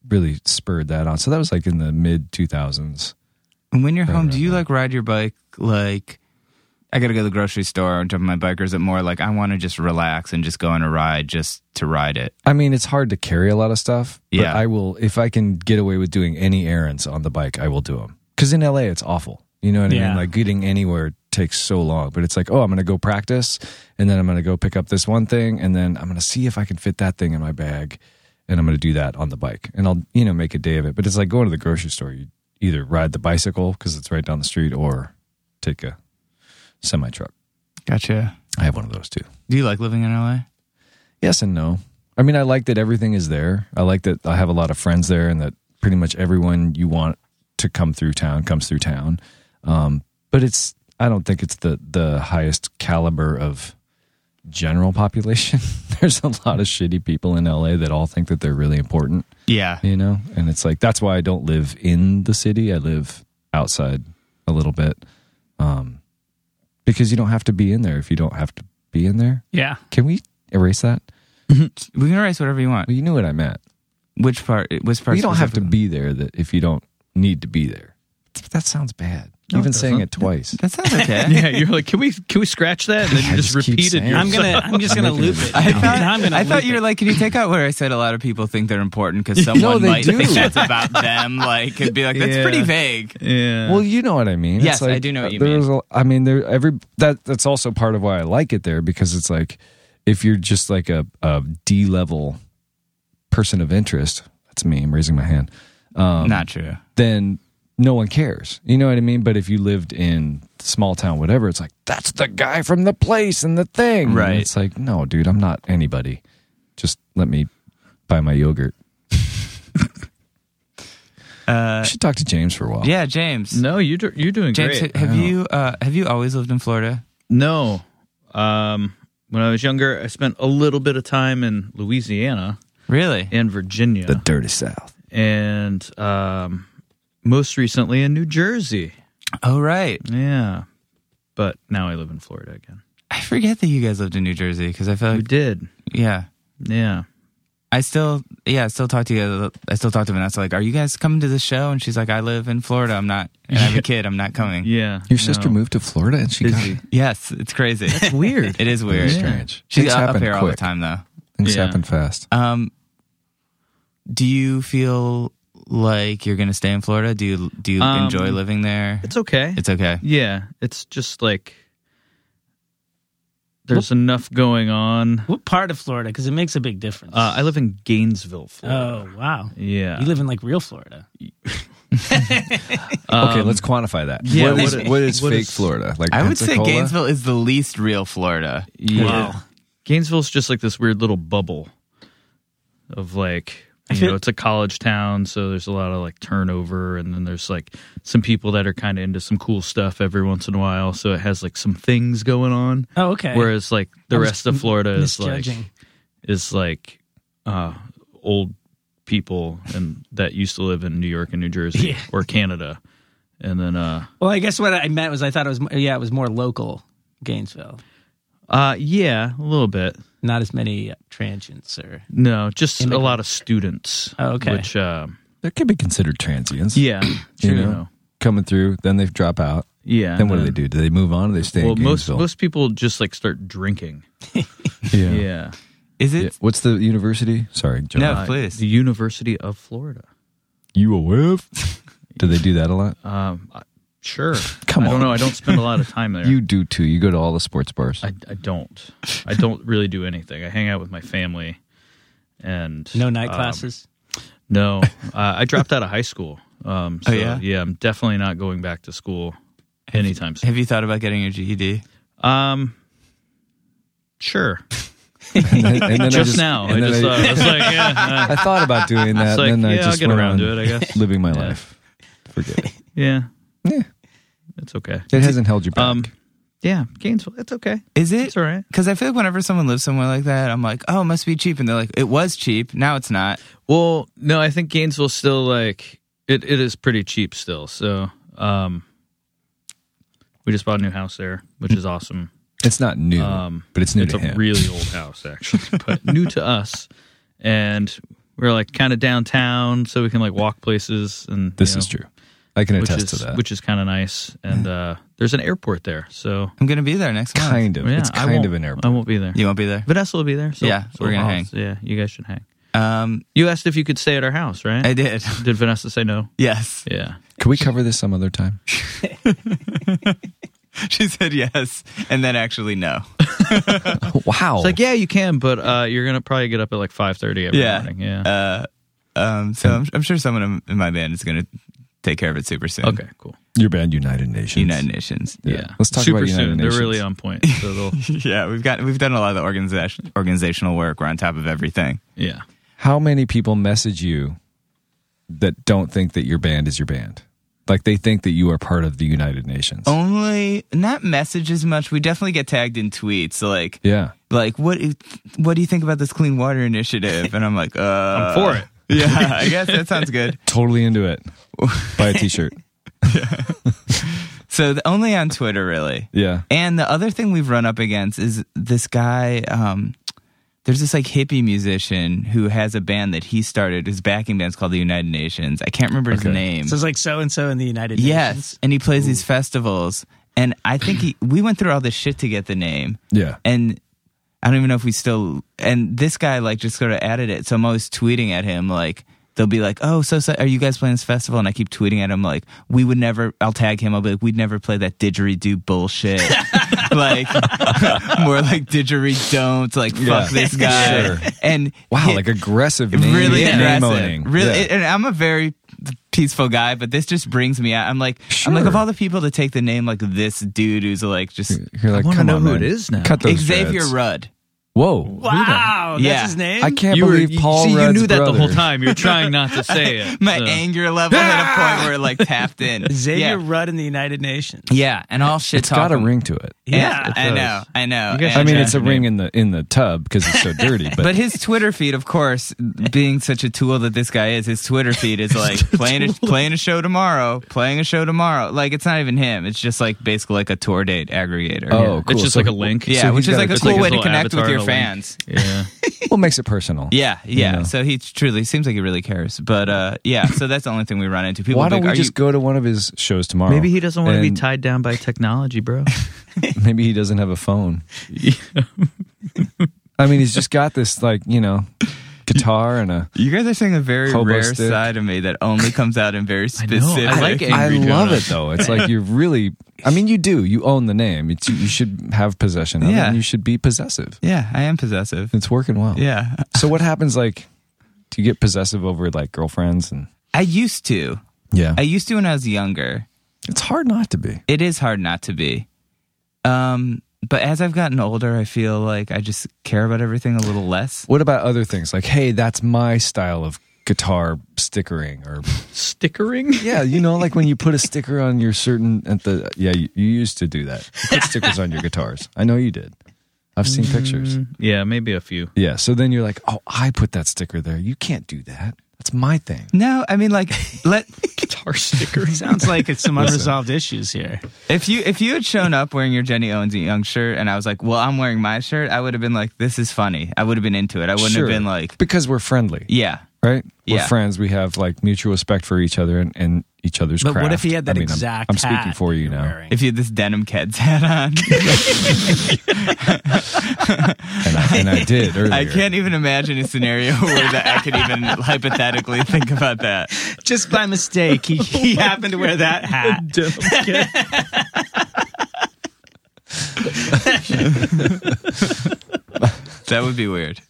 C: really spurred that on. So that was like in the mid 2000s.
D: And when you're
C: Right,
D: home, do
C: right,
D: you
C: right.
D: like ride your bike like I gotta go to the grocery store or jump on my bike, or is it more like I wanna just relax and just go on a ride just to ride it?
C: I mean, it's hard to carry a lot of stuff. But
D: Yeah.
C: I will, if I can get away with doing any errands on the bike, I will do them. Cause in LA, it's awful. You know what I
B: Yeah.
C: mean? Like getting anywhere takes so long, but it's like, oh, I'm going to go practice and then I'm going to go pick up this one thing and then I'm going to see if I can fit that thing in my bag and I'm going to do that on the bike and I'll, you know, make a day of it. But it's like going to the grocery store. You either ride the bicycle cause it's right down the street or take a semi truck.
D: Gotcha.
C: I have one of those too.
D: Do you like living in LA?
C: Yes and no. I mean, I like that everything is there. I like that I have a lot of friends there, and that pretty much everyone you want to come through town comes through town. Um, but it's I don't think it's the the highest caliber of general population. (laughs) There's a lot of shitty people in LA that all think that they're really important,
D: Yeah.
C: you know. And it's like that's why I don't live in the city. I live outside a little bit, um, because you don't have to be in there if you don't have to be in there.
B: Yeah.
C: Can we erase that?
D: We can race whatever you want.
C: Well, you knew what I meant.
D: Which part which part
C: you don't have to be
D: specifically?
C: there that if you don't need to be there. That sounds bad. Even saying it
D: (laughs)
C: twice.
D: That
C: (laughs)
D: sounds okay.
E: (laughs) Yeah, you're like, can we can we scratch that?
D: (laughs)
E: And then
C: I
E: you just,
C: just keep
E: repeated.
C: saying it.
E: yourself.
B: I'm
E: (laughs)
B: gonna. I'm just gonna loop it.
D: I thought,
B: I'm gonna
D: I
B: loop
D: thought you
B: it.
D: were like, can you take out where I said a lot of people think they're important because someone
C: they
D: might
C: do.
D: think it's about them? Like, it'd be like, that's
E: Yeah.
D: pretty vague.
E: Yeah.
C: Well, you know what I mean. uh,
D: Yes, I do know what you
C: there's A, I mean, there every that that's also part of why I like it there because it's like if you're just like a, a D level person of interest, that's me. I'm raising my hand. Um,
D: Not true.
C: then no one cares. You know what I mean? But if you lived in small town, whatever, it's like, that's the guy from the place and the thing. And
D: Right.
C: it's like, no, dude, I'm not anybody. Just let me buy my yogurt. I
D: (laughs) Uh,
C: should talk to James for a while.
D: yeah, James.
E: no, you do, you're doing
D: James,
E: great.
D: ha- have you uh, have you always lived in Florida?
E: No, um, when I was younger, I spent a little bit of time in Louisiana
D: Really?
E: and Virginia,
C: The dirty South.
E: and um, most recently in New Jersey.
D: Oh right,
E: Yeah. But now I live in Florida again.
D: I forget that you guys lived in New Jersey because I feel
E: We
D: like
E: did.
D: yeah.
E: Yeah.
D: I still, yeah, I still talk to you. I still talk to Vanessa. Like, are you guys coming to this show? And she's like, I live in Florida. I'm not. And I have a kid. I'm not coming.
E: Yeah.
C: Your sister
E: No.
C: moved to Florida and she
E: Busy.
C: got
D: Yes, it's crazy.
C: It's weird.
D: (laughs) it is
C: Very
D: weird.
C: strange.
D: She's
C: Things
D: up, up
C: happen
D: here all the
C: quick.
D: time though.
C: Things
E: Yeah.
C: happen fast.
D: Um, do you feel like you're gonna stay in Florida? Do you do you
E: Um,
D: enjoy living there?
E: It's okay.
D: It's okay.
E: yeah. It's just like there's enough going on.
B: What part of Florida? Because it makes a big difference.
E: Uh, I live in Gainesville, Florida.
B: oh wow,
E: Yeah.
B: you live in like real Florida.
C: okay,
E: Um,
C: let's quantify that.
E: yeah,
C: what is,
E: what-
C: what is
E: what
C: fake
E: is-
C: Florida? Like
D: I would say
C: Pensacola?
D: Gainesville is the least real Florida.
E: Yeah.
B: Wow.
E: Gainesville's just like this weird little bubble of like
B: I
E: you
B: feel-
E: know, it's a college town, so there's a lot of like turnover and then there's like some people that are kind of into some cool stuff every once in a while, so it has like some things going on.
B: Oh okay.
E: Whereas like the
B: I was
E: rest of Florida is like
B: misjudging.
E: is like uh old people and that used to live in New York and New Jersey
B: Yeah.
E: or Canada. And then uh
B: Well, I guess what I meant was I thought it was yeah, it was more local Gainesville,
E: uh yeah, a little bit.
B: not as many transients or
E: No, just a
B: Immigrant.
E: lot of students.
B: Oh, okay.
C: (clears throat)
E: Which uh,
C: There could be considered transients.
E: yeah,
C: You
E: you
C: know?
E: know.
C: Coming through, then they drop out.
E: Yeah.
C: Then what do
E: and
C: they do? Do they move on or they stay
E: Well,
C: in
E: most
C: Gainesville?
E: most people just like
B: (laughs)
E: start drinking.
C: yeah.
E: Yeah.
D: Is it?
C: Yeah. What's the university? Sorry, John.
D: No.
E: Uh,
D: Please.
E: The University of Florida.
C: U of
E: (laughs)
C: F? Do they do that a lot?
E: Um, I- sure.
C: Come
E: I
C: on.
E: don't know. I don't spend a lot of
C: (laughs)
E: time there.
C: You do too. You go to all the sports bars.
E: I, I don't. I don't really do anything. I hang out with my family, and
B: no night
E: um,
B: classes.
E: No, uh, I dropped out of high school. Um, so,
D: Oh, yeah?
E: I'm definitely not going back to school anytime soon.
D: Have you thought about getting your E GED?
E: Um, sure.
C: (laughs) and then, and then
E: Just now, I
C: and then
E: just thought I was like, yeah,
C: (laughs)
E: uh,
C: I thought about
E: (laughs)
C: doing that,
E: like,
C: and then
E: yeah,
C: I
E: I'll
C: just
E: get
C: went
E: around
C: on
E: to it, I
C: (laughs)
E: guess.
C: living my
E: Yeah.
C: life. Forget
E: (laughs)
C: it.
E: yeah,
C: Yeah,
E: it's okay.
C: it hasn't held you back.
E: Um, yeah, Gainesville, it's okay.
D: Is it?
E: It's all right.
D: Because I feel like whenever someone lives somewhere like that, I'm like, oh, it must be cheap. And they're like, it was cheap. Now it's not.
E: Well, no, I think Gainesville's still like it. It is pretty cheap still. So, um, we just bought a new house there, which is awesome.
C: it's not new,
E: Um,
C: but it's new
E: it's
C: to
E: a
C: him.
E: really old house actually,
C: (laughs)
E: but new to us, and we're like kind of downtown, so we can like walk places. And
C: this
E: you
C: is
E: know,
C: true. I can
E: which
C: attest
E: is
C: to that.
E: which is kind of nice. And uh, there's an airport there, so
D: I'm going to be there next month.
C: kind of.
E: yeah,
C: it's
E: I
C: kind
E: won't-
C: of an
E: I
C: airport.
E: won't be there.
D: You won't be there.
E: Vanessa will be there. So,
D: Yeah,
E: so
D: we're gonna
E: I'll-
D: hang.
E: Yeah, you guys should hang.
D: Um,
E: You asked if you could stay at our house, right?
D: I did. (laughs)
E: Did Vanessa say no?
D: yes. (laughs)
E: Yeah.
C: Can we cover this some other
E: (laughs)
C: time?
D: She said yes. And then actually, no.
C: wow.
E: It's like, yeah, you can, but uh, you're gonna probably get up at like five thirty every
D: Yeah.
E: morning. Yeah.
D: Uh, um, so I'm, I'm sure someone in- in my band is going to take care of it super soon.
E: okay. Cool.
C: Your band, United Nations.
D: United Nations.
E: Yeah.
C: Um, Let's talk
E: Super
C: about United
E: soon.
C: Nations.
E: They're really on point. So they'll.
C: (laughs)
D: (laughs) yeah, we've got we've done a lot of the organization, organizational work. We're on top of everything.
E: yeah.
C: How many people message you that don't think that your band is your band? Like they think that you are part of the United Nations.
E: Oh.
D: Only not message as much. We definitely get tagged in tweets. So like
C: Yeah.
D: like what what do you think about this clean water initiative? And I'm like, uh, I'm
E: for it.
D: (laughs) Yeah, I guess that sounds good.
C: Totally into
E: (laughs)
C: it. Buy a t shirt.
D: So the, only on Twitter really.
C: Yeah.
D: And the other thing we've run up against is this guy. Um, there's this like hippie musician who has a band that he started. His backing band's called the United Nations. I can't remember his
C: Okay.
D: name.
B: So it's like so and so in the United
D: yes,
B: Nations.
D: and he plays these festivals. And I think he, we went through all this shit to get the name.
C: Yeah.
D: And I don't even know if we still. And this guy like just sort of added it. So I'm always tweeting at him like. They'll be like, "Oh, so, so are you guys playing this festival?" And I keep tweeting at him like, "We would never." I'll tag him. I'll be like, "We'd never play that didgeridoo
C: (laughs)
D: bullshit." like (laughs) more like didgeridoo don't. Like
C: Yeah,
D: fuck this guy.
C: (laughs) sure.
D: And
C: Wow,
D: he-
C: like aggressive name,
D: really
C: name
D: aggressive.
C: owning.
D: Really,
C: Yeah.
D: and I'm a very peaceful guy, but this just brings me out. I'm like, I'm like
C: Sure.
D: of all the people to take the name like this dude who's like just
C: You're like,
E: wanna
C: come
E: know
C: on,
E: who it
C: man.
E: is now.
C: Cut those
D: Xavier
C: dreads.
D: Rudd.
C: Whoa.
B: Wow, that's
D: Yeah.
B: his name.
C: I can't
E: you were,
C: believe
E: you-
C: Paul
E: see, you
C: Rudd's
E: knew that the whole
C: brother.
E: time. You're trying not
C: (laughs)
E: to say it.
D: My
E: So,
D: anger level hit a point where it like tapped in.
B: (laughs) Xavier
D: Yeah,
B: Rudd in the United Nations.
D: yeah and all shit
C: It's got a
D: talking-
C: ring to it.
D: Yeah,
B: Yeah.
D: I
E: does.
D: know, I know.
E: You guys
C: I
D: And- uh,
C: mean, it's a
E: Yeah.
C: ring in the in the tub because it's so
E: (laughs)
C: dirty. But,
D: But his Twitter feed, of course, being such a tool that this guy is, his Twitter feed
C: (laughs)
D: is like playing a, playing a show tomorrow, playing a show tomorrow. Like it's not even him. It's just like basically like a tour date aggregator.
C: oh, cool.
E: It's just
C: So
E: like a
C: who-
E: link.
D: yeah,
C: so
D: which
C: he's
D: is
C: got
D: like
C: a-
D: a
C: it's
D: cool
E: like his
D: way to
E: little
D: connect with
E: avatar
D: your
E: and a
D: fans.
E: link.
C: (laughs)
E: Yeah.
C: Well, makes it personal.
D: Yeah, yeah.
C: know.
D: So he truly seems like he really cares. But uh, yeah, so that's the only thing we run into. People
C: Why
D: think,
C: don't we
D: are
C: just
D: you,
C: go to one of his shows tomorrow?
E: Maybe he doesn't want to be
C: And
E: tied down by
C: (laughs)
E: technology, bro.
C: Maybe he doesn't have a phone. I mean, he's just got this like you know guitar and a.
D: you guys are seeing a very
C: Hobo
D: rare
C: stick.
D: side of me that only comes out in very
E: I know,
D: specific.
E: I like
C: I
E: Angry
C: love
E: Jonah.
C: it though. It's like you're really. I mean, you do. You own the name. It's, you should have possession of it.
D: Yeah.
C: And you should be possessive.
D: Yeah, I am possessive.
C: It's working well.
D: Yeah,
C: So what happens? Like, do you get possessive over like girlfriends and?
D: I used to.
C: Yeah,
D: I used to when I was younger.
C: it's hard not to be.
D: It is hard not to be. Um, but as I've gotten older, I feel like I just care about everything a little less.
C: What about other things? Like, hey, that's my style of guitar stickering or
E: Stickering?
C: yeah you know like when you put a sticker on your certain at the yeah you, you used to do that you put stickers on your guitars i know you did i've seen pictures
B: Mm-hmm.
E: Yeah, maybe a few.
C: yeah so then you're like oh i put that sticker there you can't do that that's my thing
D: No, I mean like let
E: Guitar stickers.
B: Sounds like it's
D: (laughs)
B: some unresolved issues here.
D: if you if you had shown up wearing your Jenny Owens and Young shirt and I was like, "Well, I'm wearing my shirt." I would have been like, "This is funny." I would have been into it. I wouldn't
C: Sure.
D: have been like,
C: because we're friendly
D: "Yeah."
C: right we're
D: Yeah.
C: friends we have like mutual respect for each other and, and each other's
B: But what
C: craft.
B: if he had that
C: I mean, I'm-
B: exact
C: i'm,
B: hat
C: speaking for
B: that
C: you
B: you're
C: now
B: wearing?
D: If you had this denim Keds (laughs) hat on,
C: and I, and I did earlier
D: (laughs) I can't even imagine a scenario (laughs) where that I could even hypothetically think about that.
B: Just by mistake, he,
D: (laughs)
B: he happened to wear that hat. (laughs)
D: That would be weird.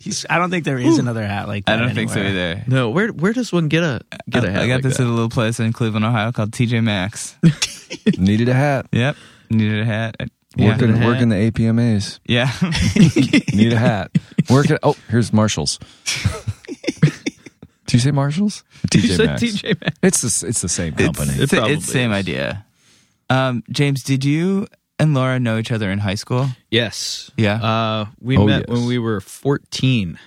B: He's, I don't think there is another hat like that.
D: I don't think so
B: anywhere.
D: either.
E: (laughs) No, where where does one get a
C: Uh,
E: get a hat?
D: I got
E: like
D: this
E: that?
D: at a little place in Cleveland, Ohio called TJ
E: (laughs)
D: Maxx.
C: needed a hat
D: Yep. Needed a hat. I- Yeah.
C: working
E: Hat.
C: working the apmas
E: (laughs)
D: Yeah.
C: Need a hat. Where can oh here's Marshalls. Did you say Marshalls? TJ
E: (laughs) (laughs) You said
C: Maxx.
E: TJ Maxx.
C: It's the s- it's the same company.
D: It's,
E: It
D: it's,
E: probably
D: same
E: is.
D: idea. Um, James, did you and Laura know each other in high school?
E: Yes.
D: Yeah.
E: Uh, we
C: Oh,
E: met
C: yes.
E: when we were 14.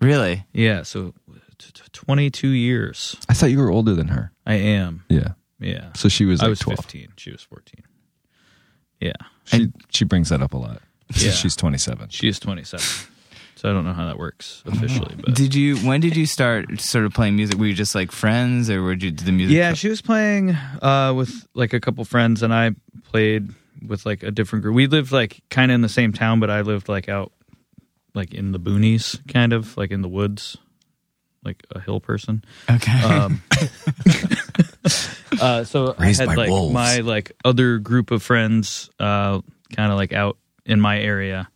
D: really?
E: Yeah, so t- t- 22 years.
C: I thought you were older than her.
E: I am.
C: Yeah.
E: Yeah.
C: So she was
E: I
C: like
E: was
C: twelve.
E: 15. She was 14. Yeah.
C: She she brings that up a lot. (laughs)
E: Yeah.
C: She's twenty seven.
E: She is 27. So I don't know how that works officially, but
D: Did you? When did you start sort of playing music? Were you just like friends, or were you did the music?
E: Yeah, she was playing uh, with like a couple friends, and I played with like a different group. We lived like kind of in the same town, but I lived like out like in the boonies, kind of like in the woods, like a hill person.
D: Okay.
E: Um, uh, so
C: Raised
E: I
C: by
E: had like
C: wolves.
E: my like other group of friends, uh, kind of like out in my area.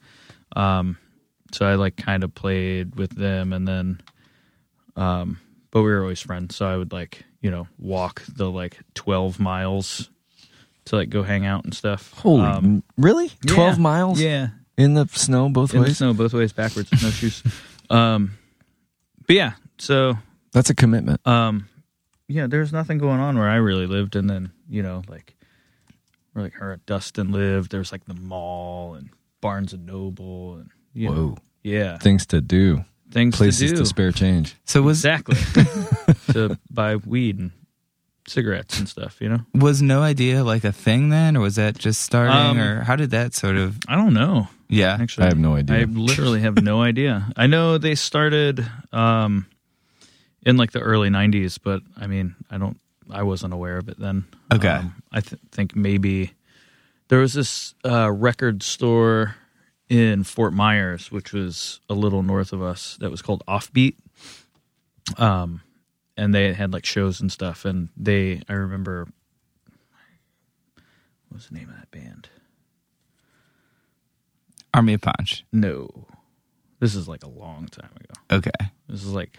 E: Um, so I like kind of played with them, and then, um, but we were always friends. So I would like you know walk the like twelve miles to like go hang out and stuff.
C: Holy
E: Um,
C: m- really?
E: yeah.
C: Twelve miles?
E: Yeah,
C: In the snow both
E: in the
C: ways?
E: snow both ways, backwards, with no shoes. (laughs) Um, but yeah, so
C: That's a commitment.
E: um yeah there's nothing going on where i really lived and then you know like where like her and dustin lived there was like the mall and barnes and noble and you know,
C: Whoa.
E: yeah
C: Things to do.
E: things
C: Places
E: to
C: to,
E: do
C: spare change.
D: (laughs) so was
E: exactly to buy weed and cigarettes and stuff you know
D: was no idea like a thing then, or was that just starting,
E: Um,
D: or how did that sort of?
E: i don't know
D: Yeah.
E: actually
C: I have no idea.
E: i literally have no idea i know they started um in like the early 90s but i mean i don't i wasn't aware of it then
D: Okay.
E: Um, I th- think maybe there was this uh, record store in Fort Myers, which was a little north of us, that was called Offbeat. Um, and they had like shows and stuff. And they, I remember, what was the name of that band?
D: Army of Punch.
E: No, this is like a long time ago.
D: Okay.
E: This is like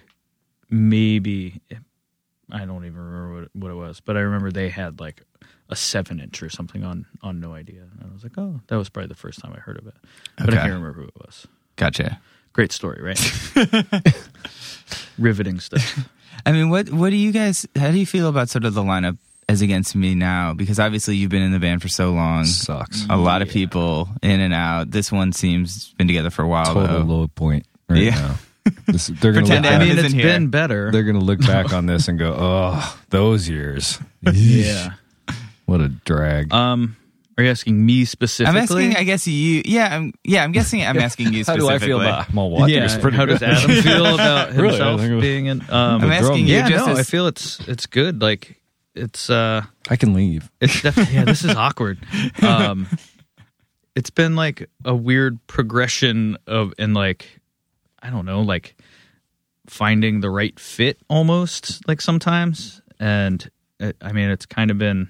E: maybe I don't even remember what, what it was, but I remember they had like a seven inch or something on on No Idea, and I was like, oh, that was probably the first time I heard of it, but I
D: Okay.
E: can't remember who it was.
D: Gotcha.
E: Great story, right?
C: (laughs)
E: (laughs) Riveting stuff.
D: I mean, what what do you guys? How do you feel about sort of the lineup as against me now? Because obviously you've been in the band for so long,
C: Sucks.
D: a lot of people in and out. This one seems been together for a while.
C: Total
D: though.
C: low point right
D: Yeah.
C: now. This, they're gonna look
D: Pretend
E: I
C: back,
D: Adam
E: mean,
D: isn't
E: it's
D: here.
E: been better.
C: they're gonna look back on this and go, oh, those years.
E: (laughs) yeah.
C: What a drag.
E: Um, are you asking me
D: I'm
E: specifically?
D: asking. I guess you. Yeah. I'm. Yeah. I'm guessing. I'm asking you
C: How do
D: specifically.
C: I feel about my watch?
E: yeah,
C: It's pretty
E: how
C: good.
E: does Adam feel about
C: Really, I
E: himself
C: think it was-
E: being in? Um,
D: I'm
C: The drum.
D: asking you.
E: yeah,
D: just
E: no,
D: as-
E: I feel it's it's good. Like it's uh,
C: (laughs) I can leave.
E: it's definitely yeah. This is awkward. Um, it's been like a weird progression of and like I don't know, like finding the right fit almost. Like sometimes, and it, I mean, it's kind of been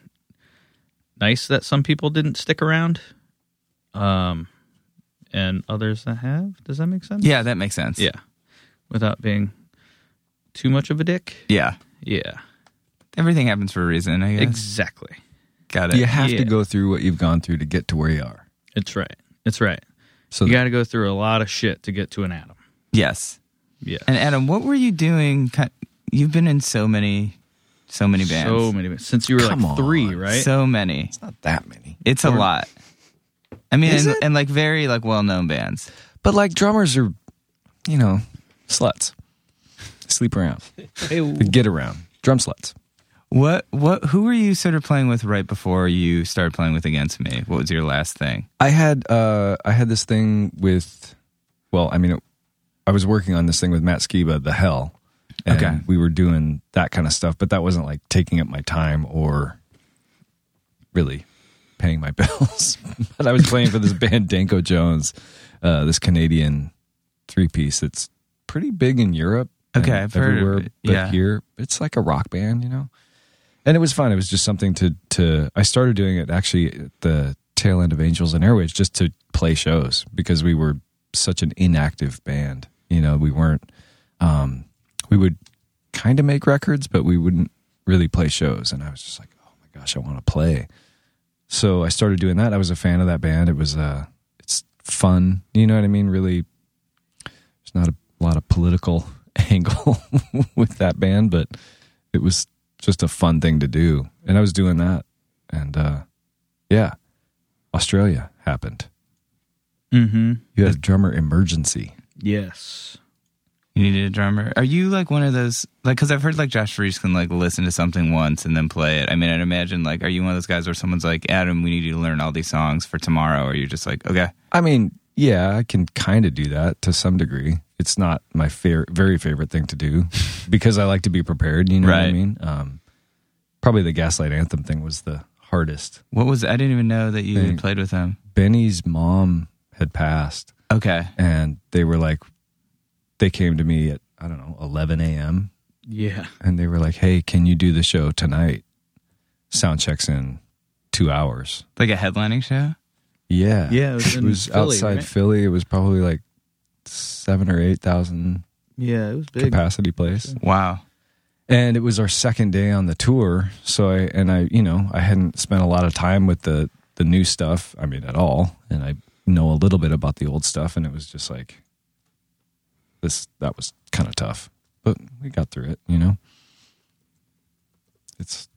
E: nice that some people didn't stick around, um, and others that have. Does that make sense?
D: yeah. That makes sense.
E: Yeah. Without being too much of a dick.
D: Yeah.
E: Yeah.
D: Everything happens for a reason. I guess.
E: Exactly.
D: Got it.
C: (laughs) You have
E: yeah.
C: to go through what you've gone through to get to where you are.
E: It's right. It's right.
C: So
E: you
C: that-
E: got to go through a lot of shit to get to an atom.
D: Yes.
E: Yeah.
D: And Adam, what were you doing? ki- You've been in so many, so many bands.
E: So many bands. Since you were
C: Come
E: like three,
C: on.
E: right?
D: So many.
C: it's not that many.
D: It's a lot. I mean,
C: Is
D: and,
C: it?
D: and like very like well known bands.
C: But like drummers are, you know, sluts. Sleep around. Get around. Drum sluts.
D: What what who were you sort of playing with right before you started playing with Against Me? What was your last thing?
C: I had uh I had this thing with well, I mean it, I was working on this thing with Matt Skiba, the hell. And
D: Okay.
C: we were doing that kind of stuff, but that wasn't like taking up my time or really paying my (laughs) bills. but I was playing for this band Danko Jones, uh, this Canadian three piece that's pretty big in Europe. and
D: Okay, I've heard of
C: everywhere
D: it.
C: but
D: Yeah.
C: here. It's like a rock band, you know? and it was fun. It was just something to to. I started doing it actually at the tail end of Angels and Airwaves just to play shows because we were such an inactive band. You know, we weren't. Um, we would kind of make records, but we wouldn't really play shows. And I was just like, oh my gosh, I want to play. So I started doing that. I was a fan of that band. It was uh, it's fun. You know what I mean? Really, there's not a lot of political (laughs) angle with that band, but it was just a fun thing to do. And I was doing that. And uh, yeah, Australia happened.
E: mm-hmm.
C: You had a drummer emergency.
E: Yes.
D: You needed a drummer. Are you like one of those like because I've heard like Josh Reese can like listen to something once and then play it. I mean, I'd imagine like are you one of those guys where someone's like Adam, we need you to learn all these songs for tomorrow, or you're just like okay,
C: I mean, yeah, I can kind of do that to some degree. It's not my fair, very favorite thing to
E: (laughs)
C: do because I like to be prepared. You know what I
D: Right.
C: mean? Um, probably the Gaslight Anthem thing was the hardest.
D: what was I didn't even know that you had
C: Thank-
D: played with him.
C: Benny's mom had passed.
D: Okay,
C: and they were like they came to me at i don't know 11 a.m
E: Yeah.
C: and they were like hey can you do the show tonight sound checks in two hours
D: like a headlining show.
C: yeah
E: Yeah. It
C: (laughs)
E: was,
C: it was outside philly it was probably like seven or eight thousand
E: Yeah. It was big.
C: capacity place
D: Wow.
C: and it was our second day on the tour so i and i you know i hadn't spent a lot of time with the the new stuff i mean at all and i know a little bit about the old stuff and it was just like this that was kind of tough but we got through it you know it's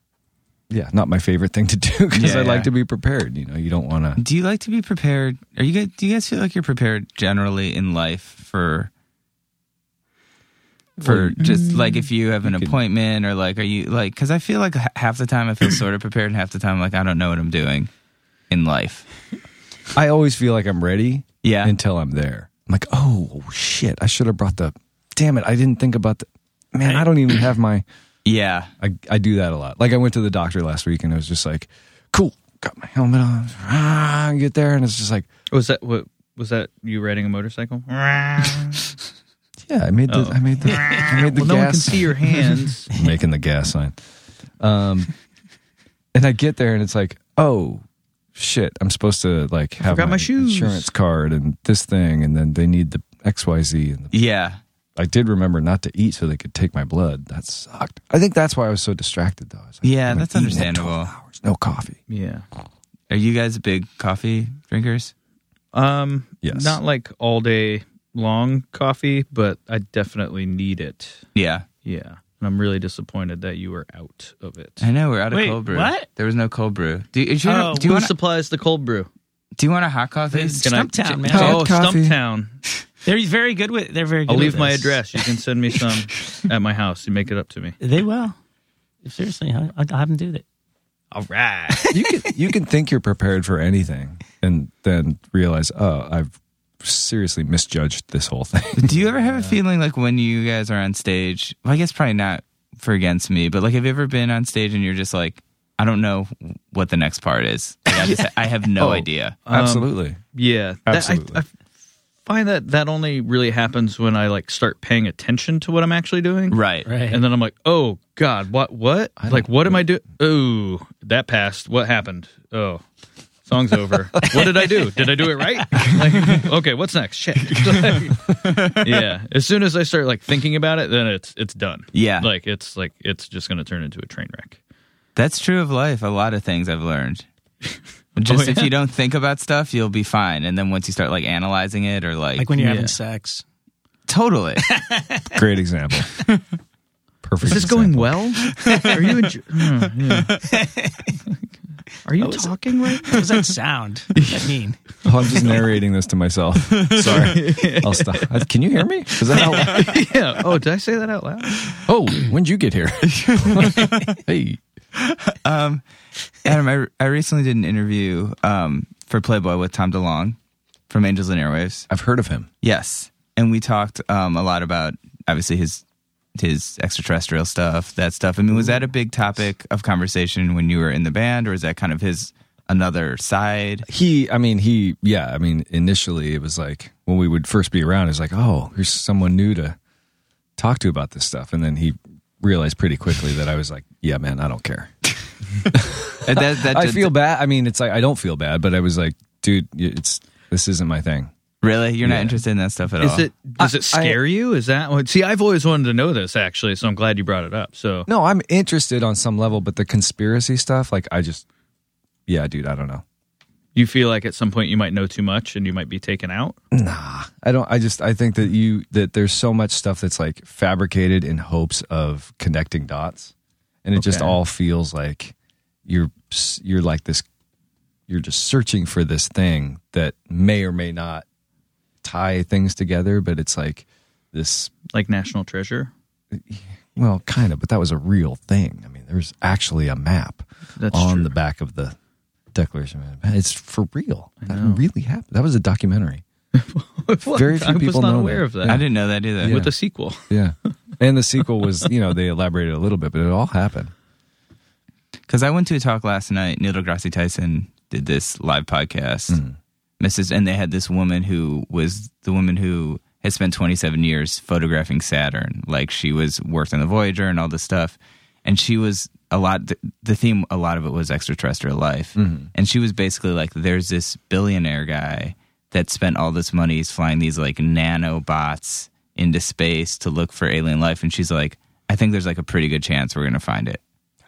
C: yeah not my favorite thing to do (laughs) because
D: Yeah,
C: i
D: yeah.
C: like to be prepared you know you don't want to
D: Do you like to be prepared? Are you guys, do you guys feel like you're prepared generally in life for for just
B: mm.
D: like if you have an
C: could-
D: appointment or like are you like cuz I feel like h- half the time I feel sort of prepared and half the time like I don't know what I'm doing in life.
C: i always feel like i'm ready
D: Yeah.
C: until i'm there i'm like oh shit i should have brought the damn it i didn't think about the man i don't even have my
D: yeah.
C: I, I do that a lot. Like I went to the doctor last week and it was just like, cool, got my helmet on, ah, get there, and it's just like,
E: Was that what? Was that you riding a motorcycle?
C: yeah, I made the,
E: Oh.
C: I made the, I made the
E: well, no one can
C: gas,
E: see your hands.
C: (laughs) making the gas sign. Um, and I get there and it's like, oh shit, I'm supposed to like have
E: forgot my shoes.
C: insurance card and this thing, and then they need the X Y Z and the
D: Yeah.
C: I did remember not to eat so they could take my blood. That sucked. I think that's why I was so distracted though. I was like,
D: Yeah,
C: "I'm
D: that's
C: eating that
D: understandable.
C: 12 hours, no coffee.
E: Yeah.
D: Are you guys big coffee drinkers?
E: Um,
C: Yes.
E: Not like all day long coffee, but I definitely need it.
D: Yeah.
E: Yeah. And I'm really disappointed that you were out of it.
D: I know we're out of
B: Wait,
D: cold brew.
B: what?
D: There was no cold brew. Do you, do you,
B: Oh,
D: do you
E: Who
D: want? a-
E: supplies the cold brew?
D: Do you want a hot coffee?
E: Can I-
B: Stumptown, man.
E: Oh,
D: Hot coffee.
E: Stumptown.
B: They're very good with. They're very. good
E: I'll leave
B: with
E: my
B: this.
E: address. You can send me some at my house. You make it up to me.
B: They will. Seriously, I- I'll have them do that.
E: All right.
C: You can you can think you're prepared for anything and then realize, oh, I've seriously misjudged this whole thing.
D: Do you ever have a feeling like when you guys are on stage? Well, I guess probably not for against me, but like, have you ever been on stage and you're just like, I don't know what the next part is. Like, I, just, I have no
C: Oh.
D: idea.
C: (laughs) Absolutely.
E: Yeah, that- I-
C: Absolutely.
E: I, find that that only really happens when I like start paying attention to what I'm actually doing,
D: Right.
B: Right.
E: And then I'm like, oh God, what, what?
C: I
E: Like,
C: don't-
E: what am I doing? Oh, that passed. What happened? Oh, song's over. what did I do? Did I do it right? Like, okay, what's next? Shit. Like, yeah. As soon as I start like thinking about it, then it's it's done.
D: Yeah.
E: Like it's like it's just gonna turn into a train wreck.
D: That's true of life. A lot of things I've learned. Just if you don't think about stuff, you'll be fine. And then once you start like analyzing it or like,
B: Like when you're having
E: Yeah.
B: sex.
D: totally.
C: Great example. Perfect.
E: Is this going well? Are you? (laughs) Enjoy- Hmm, yeah. (laughs) Are you talking (laughs) right?
B: What does that sound? What does that mean?
C: Oh, I'm just narrating this to myself. Sorry. (laughs) I'll stop. Uh, Can you hear me? Is that how?
E: yeah. Oh, did I say that out loud?
C: Oh, when'd you get here? (laughs) hey.
D: Adam, I, I recently did an interview um, for Playboy with Tom DeLong from Angels and Airwaves.
C: I've heard of him.
D: Yes, and we talked um, a lot about obviously his his extraterrestrial stuff, that stuff. I mean, was that a big topic of conversation when you were in the band, or is that kind of his
C: (laughs)
D: another side?
C: He, I mean, he, yeah, I mean, initially it was like when we would first be around, it's like, oh, here's someone new to talk to about this stuff. And then he realized pretty quickly that I was like, yeah, man, I don't care.
D: Uh, That, that
C: I
D: did-
C: feel bad. I mean, it's like, I don't feel bad, but I was like, dude, it's, this isn't my thing.
D: really you're not interested in that stuff at
E: Is
D: all.
E: it does
C: I-
E: it scare you? Is that what? See, I've always wanted to know this actually, so I'm glad you brought it up. So
C: No, I'm interested on some level, but the conspiracy stuff, like, I just, yeah, dude, I don't know.
E: you feel like at some point you might know too much and you might be taken out.
C: Nah, I don't. I just I think that you that there's so much stuff that's like fabricated in hopes of connecting dots, and it just
E: Okay.
C: all feels like you're s- you're like this. You're just searching for this thing that may or may not tie things together, but it's like this.
E: Like National (laughs) Treasure.
C: Well, kind of, but that was a real thing. I mean, there's actually a map
E: That's
C: on
E: true.
C: the back of the Declaration of Independence. It's for real. That really happened. That was a documentary. Very few
E: I was
C: people
E: not
C: know
E: aware
C: that.
E: of that.
D: I didn't know that either.
E: With the sequel,
C: Yeah. And the sequel was, (laughs) you know, they elaborated a little bit, but it all happened.
D: Because I went to a talk last night. Neil deGrasse Tyson did this live podcast, Mrs. And they had this woman who was the woman who had spent 27 years photographing Saturn. Like she was worked on the Voyager and all this stuff, and she was a lot. The, the theme, a lot of it was extraterrestrial life, and she was basically like, "There's this billionaire guy that spent all this money. He's flying these like nanobots into space to look for alien life," and she's like. I think there's like a pretty good chance we're going to find it.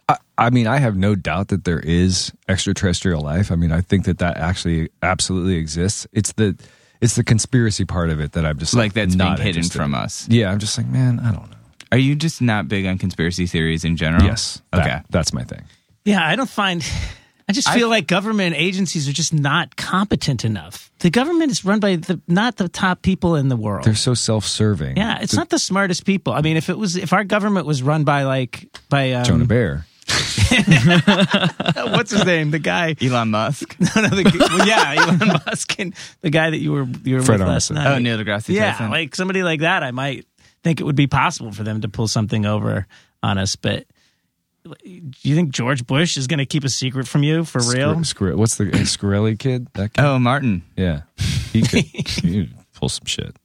C: I, I mean, I have no doubt that there is extraterrestrial life. I mean, I think that that actually absolutely exists. It's the it's the conspiracy part of it that I'm just
D: like that's
C: not
D: being hidden
C: interested
D: from
C: in.
D: us.
C: Yeah, I'm just like, man, I don't know.
D: Are you just not big on conspiracy theories in general?
C: Yes, that-
D: Oh, Okay.
C: that's my thing.
B: Yeah, I don't find. I just feel like government agencies are just not competent enough. The government is run by the not the top people in the world.
C: They're so self-serving.
B: yeah, it's not the smartest people. I mean, if it was, if our government was run by like by um,
C: Jonah Bear.
B: Uh, what's his name, the guy,
D: (laughs) Elon Musk.
B: (laughs) no, no, the, well, yeah, (laughs) Elon Musk, and the guy that you were you were
C: Fred
B: with last
C: Armisen.
B: night.
D: (laughs) Oh, Neil deGrasse
B: yeah,
D: Tyson.
B: like somebody like that, I might think it would be possible for them to pull something over on us. But do you think George Bush is going to keep a secret from you for real?
C: Scor- Scor- what's the Scorelli kid? That kid?
D: oh, Martin.
C: Yeah. He
D: (laughs)
C: could he could pull some shit.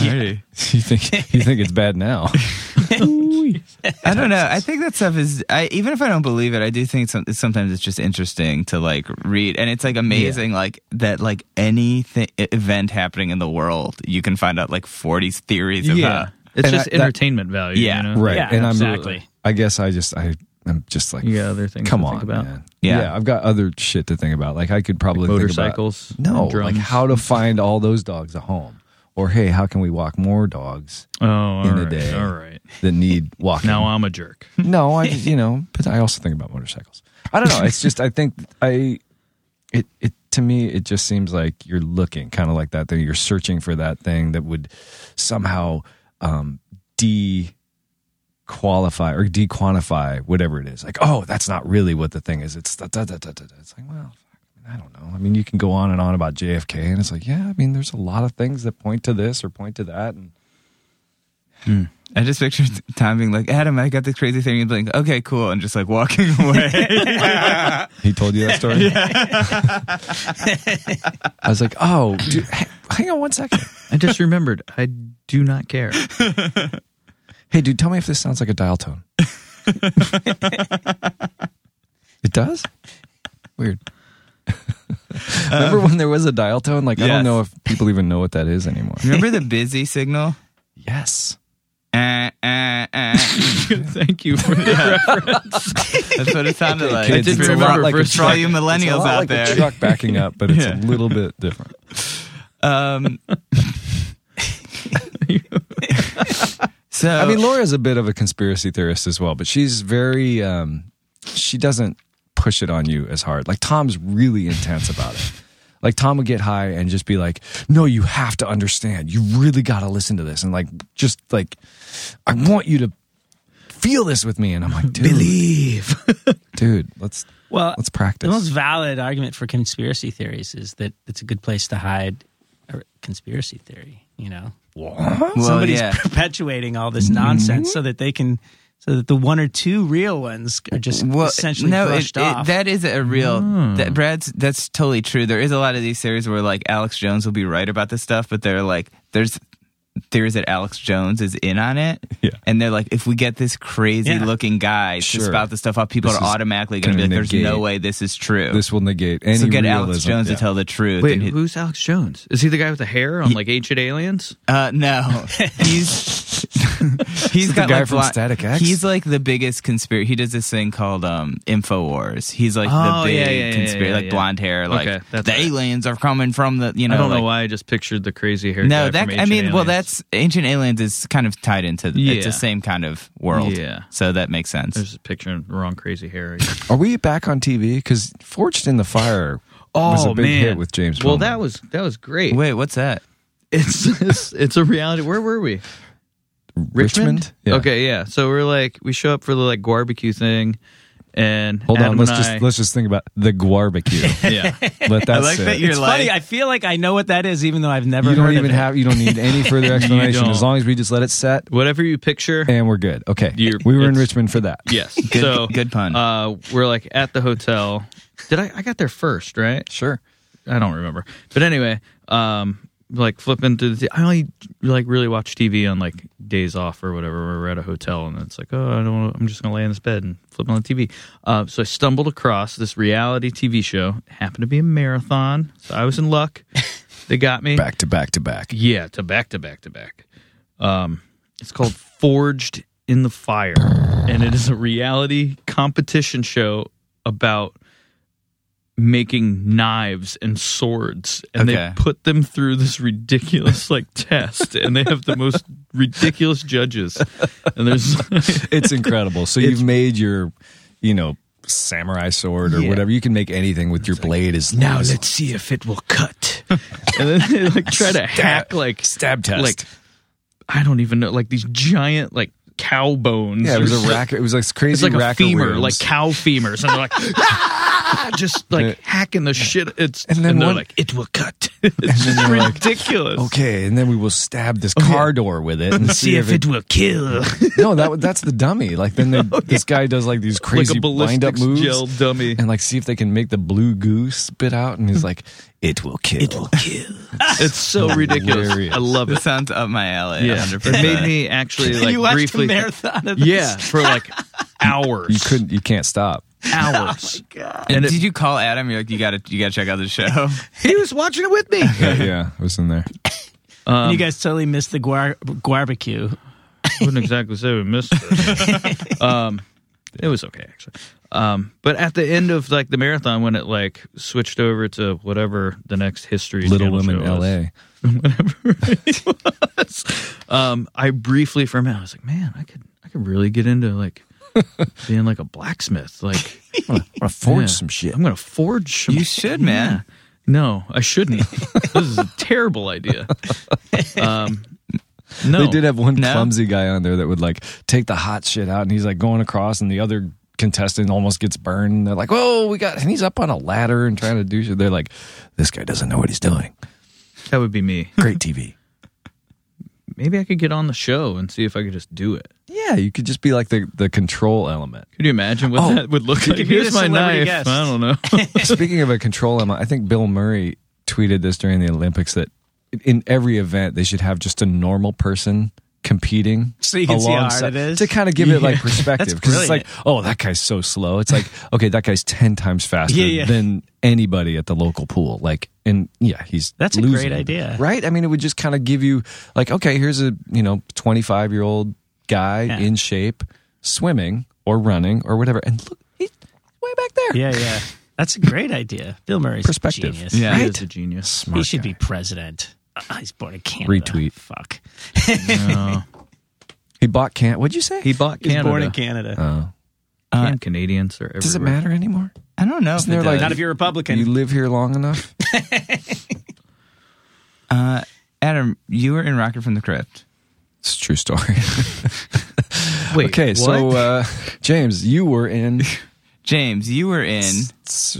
D: Alrighty. (laughs)
C: You think you think it's bad now?
D: I I don't know. I think that stuff is. I, even if I don't believe it, I do think some, sometimes it's just interesting to like read, and it's like amazing, like that, like any thi- e-, event happening in the world, you can find out like forty theories about.
E: yeah. Uh-huh. It's
C: And
E: just
C: I- that-
E: entertainment value.
D: Yeah,
E: you know?
C: right.
B: Yeah,
C: and I'm
E: exactly.
C: I guess I just I I'm just like
E: You got other things
C: come
E: to
C: on,
E: think about.
C: man.
D: Yeah.
C: Yeah. I've got other shit to think about. Like I could probably think about-
E: Motorcycles.
C: no,
E: drums.
C: like how to find all those dogs a home, or hey, how can we walk more dogs
E: Oh, all
C: in a
E: right,
C: day.
E: All right.
C: that need walking?
E: Now I'm a jerk.
C: (laughs) no, I just, you know, but I also think about motorcycles. I don't know. It's just I think I it it to me it just seems like you're looking kind of like that thing. You're searching for that thing that would somehow um de qualify or de-quantify whatever it is. Like, oh, that's not really what the thing is. It's da, da, da, da, da, da. it's like, well, fuck, I don't know. I mean, you can go on and on about JFK and it's like, yeah, I mean, there's a lot of things that point to this or point to that and
D: I just pictured Tom being like, Adam, I got this crazy thing. You'd be like, okay, cool. And just like walking (laughs) away.
C: He told you that
D: (laughs)
C: story? (laughs) I was like, oh, dude, h- hang on one second.
E: (laughs) I just remembered. I do not care.
C: Hey, dude, tell me if this sounds like a dial tone. (laughs) it does? Weird. (laughs) Remember when there was a dial tone? Like, I
D: Yes.
C: don't know if people even know what that is anymore.
D: Remember the busy signal?
C: yes.
D: Eh, eh, eh.
E: (laughs) Thank
C: (laughs)
E: you for that reference.
D: That's what it sounded like.
C: kids,
E: did
C: it's a
E: remember
C: lot like
E: for a
C: a
D: For all
C: truck.
D: you
C: It's a
D: millennials
C: lot
D: out
C: like a
D: there.
C: truck backing up, but it's
D: (laughs) Yeah.
C: a little bit different.
D: Um, so
C: I mean, Laura's a bit of a conspiracy theorist as well, but she's very, um, she doesn't push it on you as hard. Like, Tom's really intense about it. Like, Tom would get high and just be like, no, you have to understand. You really got to listen to this. And, like, just like, I want you to feel this with me. And I'm like, dude,
E: Believe.
C: dude let's,
B: Well,
C: let's
B: the most
C: practice.
B: valid argument for conspiracy theories is that it's a good place to hide a conspiracy theory. You know,
C: What?
D: well,
B: somebody's (laughs)
D: yeah.
B: perpetuating all this nonsense so that they can, so that the one or two real ones are just
D: Well,
B: essentially
D: no, it-
B: brushed
D: it-
B: off.
D: that is a real.
C: Hmm.
D: That, Brad's that's totally true. There is a lot of these theories where like Alex Jones will be right about this stuff, but they're like there's theories that Alex Jones is in on it,
C: Yeah.
D: and they're like if we get this crazy
B: Yeah.
D: looking guy
C: Sure.
D: to spout this stuff up, people
C: This
D: are
C: is
D: automatically going to be
C: gonna
D: like, "There's no
C: negate-
D: way this is true."
C: This will negate any
D: so get
C: realism.
D: Alex Jones
C: Yeah.
D: to tell the truth.
E: Wait,
D: and he-
E: who's Alex Jones? Is he the guy with the hair on like Ancient Aliens?
D: Uh,
E: (laughs)
D: no, he's he's
C: the
D: got
C: guy
D: like
C: from
D: blo-
C: Static X?
D: He's like the biggest conspiracy. He does this thing called um, Infowars. He's like
E: Oh,
D: the big
E: yeah, yeah, yeah,
D: conspiracy,
E: yeah,
D: like
E: yeah.
D: blonde hair, like
E: Okay, that's
D: the
E: right.
D: aliens are coming from the you know.
E: I don't know
D: like-
E: why I just pictured the crazy hair.
D: No,
E: guy
D: that
E: from
D: I
E: Ancient
D: mean, well,
E: Aliens.
D: that's ancient aliens is kind of tied into the, it's
E: Yeah.
D: the same kind of world.
E: Yeah.
D: so that makes sense.
E: There's a picture of wrong crazy (laughs) hair.
C: Are we back on TV? Because Forged in the Fire
D: Oh,
C: was a big hit with James
E: Oh, Well,
C: Bowman.
E: that was that was great. (laughs)
D: Wait, what's that?
E: It's, it's it's a reality. Where were we?
C: Yeah.
E: Okay, yeah. So we're like we show up for the like barbecue thing, and
C: Hold
E: Adam
C: on, let's
E: and
C: just
E: I-
C: let's just think about the barbecue.
D: (laughs)
E: (laughs) yeah.
C: Let that
D: I like
C: sit.
D: that you're
B: it's
D: like
B: funny. I feel like I know what that is, even though I've never.
C: you don't
B: heard
C: even
B: of (laughs) it.
C: have you don't need any
E: (laughs)
C: further explanation
E: don't.
C: as long as we just let it set
E: Whatever you picture.
C: and we're good. Okay,
E: You're-
C: we were in
E: it's-
C: Richmond for that.
E: Yes.
D: good,
E: so
D: good pun.
E: uh, we're like at the hotel. Did I? I got there first, right?
C: Sure.
E: I don't remember. But anyway, um, like flipping through the, I only like really watch TV on like days off or whatever. or We're at a hotel and it's like, oh, I don't. Wanna, I'm just gonna lay in this bed and flip on the TV. Uh, so I stumbled across this reality TV show. It happened to be a marathon, so I was in luck. They
C: (laughs)
E: got me.
C: Back to back to back.
E: Yeah, to back to back to back. Um, it's called Forged in the Fire, and it is a reality competition show about making knives and swords and
D: Okay.
E: they put them through this ridiculous like test and they have the most ridiculous judges and there's (laughs)
C: It's incredible. So you've made your, you know, samurai sword or
E: Yeah.
C: whatever. You can make anything with your blade. Is
E: now let's see if it will cut and then they like try to hack like
C: stab test.
E: like i don't even know like these giant like cow bones
C: yeah, it
E: or
C: was a
E: something.
C: rack. It was like crazy
E: It's like a
C: rack of
E: femur,
C: ribs.
E: like cow femurs, and they're like, "Ah!" just like hacking the shit. It's and
C: And
E: then
C: then
E: they're
C: one-
E: like, it will cut. (laughs) it's
C: then they're like,
E: ridiculous.
C: okay, and then we will stab this car door with it and
E: (laughs) See if it will kill.
C: no, that that's the dummy. Like (laughs) then they, this guy does Oh, like these
E: like
C: crazy
E: a
C: lined up
E: ballistics
C: moves
E: gel dummy.
C: and like see if they can make the blue goose spit out. And he's like, It will kill. It (laughs) will
E: It's so ridiculous. I
D: (laughs)
E: love
D: This
E: it.
D: sounds up my alley.
E: Yeah,
D: 100%.
E: it made me actually
B: (laughs)
E: like
B: you watched
E: briefly.
B: a marathon of this.
E: yeah, for like hours.
C: You couldn't. You can't (laughs) stop.
B: (laughs)
E: hours.
B: Oh,
D: And did you call Adam? You're like, you gotta, you gotta check out the
E: (laughs)
D: show.
E: he was watching it
B: (laughs)
E: with me.
C: Yeah, yeah, it was in there.
B: And you guys totally missed the guar- barbecue.
E: (laughs) wouldn't exactly say we missed it.
C: (laughs)
E: um, it was okay actually. Um, but at the end of like the marathon, when it like switched over to whatever the next history
C: Little
E: Channel
C: Women,
E: show was,
C: L.A.
E: um, I briefly for a minute I was like, man, I could I could really get into like being like a blacksmith. Like
C: I forged
E: yeah,
C: some shit.
E: I'm gonna forge. Some
D: You should, man.
E: Yeah. No, I shouldn't. this is a terrible idea. Um, no,
C: They did have one
D: No.
C: clumsy guy on there that would like take the hot shit out, and he's like going across, and the other contestant almost gets burned. And they're like, "Oh, we got," and he's up on a ladder and trying to do shit. They're like, "This guy doesn't know what he's doing."
E: that would be me.
C: Great TV.
E: Maybe I could get on the show and see if I could just do it.
C: (laughs) yeah, you could just be like the the control element.
E: Could you imagine what
C: Oh,
E: that would look like?
B: you be
E: Here's
B: the
E: my
B: celebrity
E: knife.
B: guest?
E: I don't
C: (laughs)
E: know. (laughs)
C: Speaking of a control element, I think Bill Murray tweeted this during the Olympics that in every event they should have just a normal person competing
B: So you can see how hard
C: alongside-
B: it is?
C: to kind of give it
B: (laughs)
C: like perspective because it's like
B: brilliant.
C: oh that guy's so slow
B: (laughs)
C: it's like okay that guy's 10 times faster
B: Yeah, yeah.
C: than anybody at the local pool like and yeah he's
B: That's a
C: losing.
B: great idea.
C: right i mean it would just kind of give you like okay here's a you know 25 year old guy
B: Yeah.
C: in shape swimming or running or whatever and look he's way back there
B: Yeah, yeah. That's a great idea. Bill Murray's
C: Perspective.
B: A genius.
E: yeah,
C: Right?
E: he is a genius.
C: Smart
B: he should
C: guy.
B: be president. Ah, he's born in Canada.
C: Retweet.
B: Fuck.
C: He bought can. What'd you say?
E: He bought
B: He's
E: Canada.
B: born in Canada.
C: Oh.
E: Can Canadians are everywhere.
C: Does it matter anymore?
D: I don't know. If
C: Isn't
D: it
C: there, like-
D: does.
B: Not if you're Republican. (laughs)
C: you live here long enough.
D: uh, Adam, you were in Rocket from the Crypt.
C: (laughs) It's a true (laughs) story.
E: Wait,
C: okay,
E: what?
C: so uh, James, you were (laughs) in.
D: James, you were in
C: s-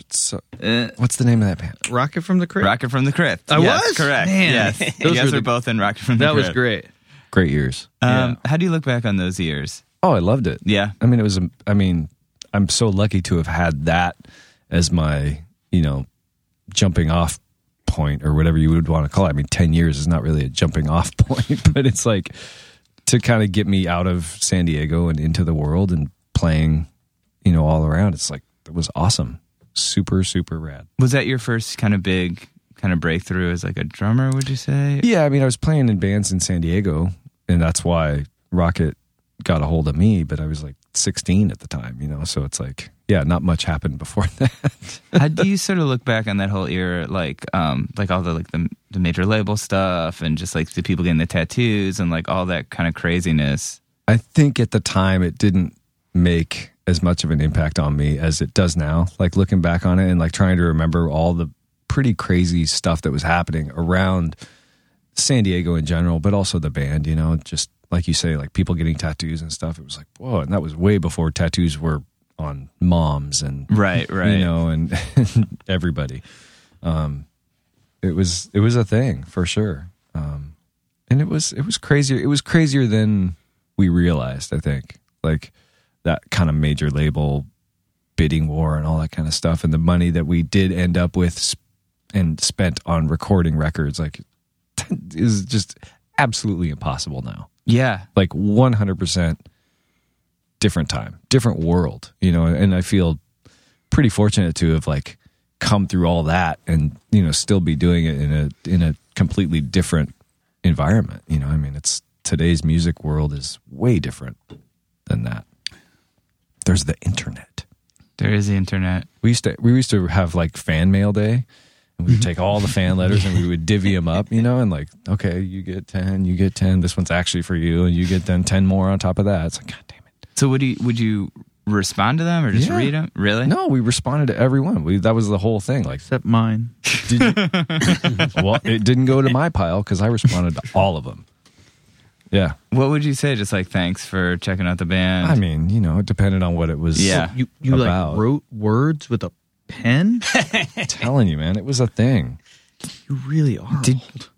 C: s-
D: uh,
C: what's the name of that band?
E: Rocket from the Crypt.
D: Rocket from the Crypt.
E: I
D: yes,
E: was?
D: correct.
E: Man.
D: Yes, you
E: (laughs) Those
D: guys
E: were
D: were
E: the-
D: both in Rocket from the
E: That
D: Crypt.
E: was great.
C: Great years.
D: Um,
E: Yeah.
D: How do you look back on those years?
C: Oh, I loved it.
D: Yeah,
C: I mean, it was. a- I mean, I'm so lucky to have had that as my, you know, jumping off point or whatever you would want to call it. I mean, ten years is not really a jumping off (laughs) point, but it's like to kind of get me out of San Diego and into the world and playing, you know, all around. It's like it was awesome, super, super rad.
D: was that your first kind of big kind of breakthrough as like a drummer? Would you say?
C: Yeah, I mean, I was playing in bands in San Diego, and that's why Rocket got a hold of me. But I was like 16 at the time, you know, so it's like, yeah, not much happened before (laughs) that.
D: How do you sort of look back on that whole era, like um, like all the like the, the major label stuff and just like the people getting the tattoos and like all that kind of craziness?
C: I think at the time it didn't make as much of an impact on me as it does now. Like looking back on it and like trying to remember all the pretty crazy stuff that was happening around San Diego in general, but also the band, you know, just like you say, like people getting tattoos and stuff. It was like, whoa. And that was way before tattoos were on moms and
D: Right,
C: you know, and (laughs) everybody. Um, it was it was a thing for sure, um, and it was it was crazier. It was crazier than we realized. I think like that kind of major label bidding war and all that kind of stuff, and the money that we did end up with sp- and spent on recording records, like, (laughs) is just absolutely impossible now
D: yeah,
C: like 100% different time, different world, you know, and I feel pretty fortunate to have like come through all that and, you know, still be doing it in a in a completely different environment, you know. I mean, it's today's music world is way different than that. There's the internet.
D: there is the internet.
C: We used to we used to have like fan mail day, and we would take all the fan letters and we would divvy them up, you know, and like, okay, you get ten, you get ten. This one's actually for you, and you get then ten more on top of that. It's like, god damn it!
D: So would you would you respond to them or just
C: Yeah.
D: read them? Really?
C: No, we responded to everyone. We that was the whole thing. Like,
E: Except mine.
C: did you, well, it didn't go to my pile because I responded to all of them. Yeah,
D: What would you say? Just like thanks for checking out the band.
C: I mean, you know, it depended on what it was.
D: Yeah.
E: You you
C: About.
E: like wrote words with a pen? (laughs)
C: telling you, man, it was a thing.
E: you really are.
D: Did-
E: old.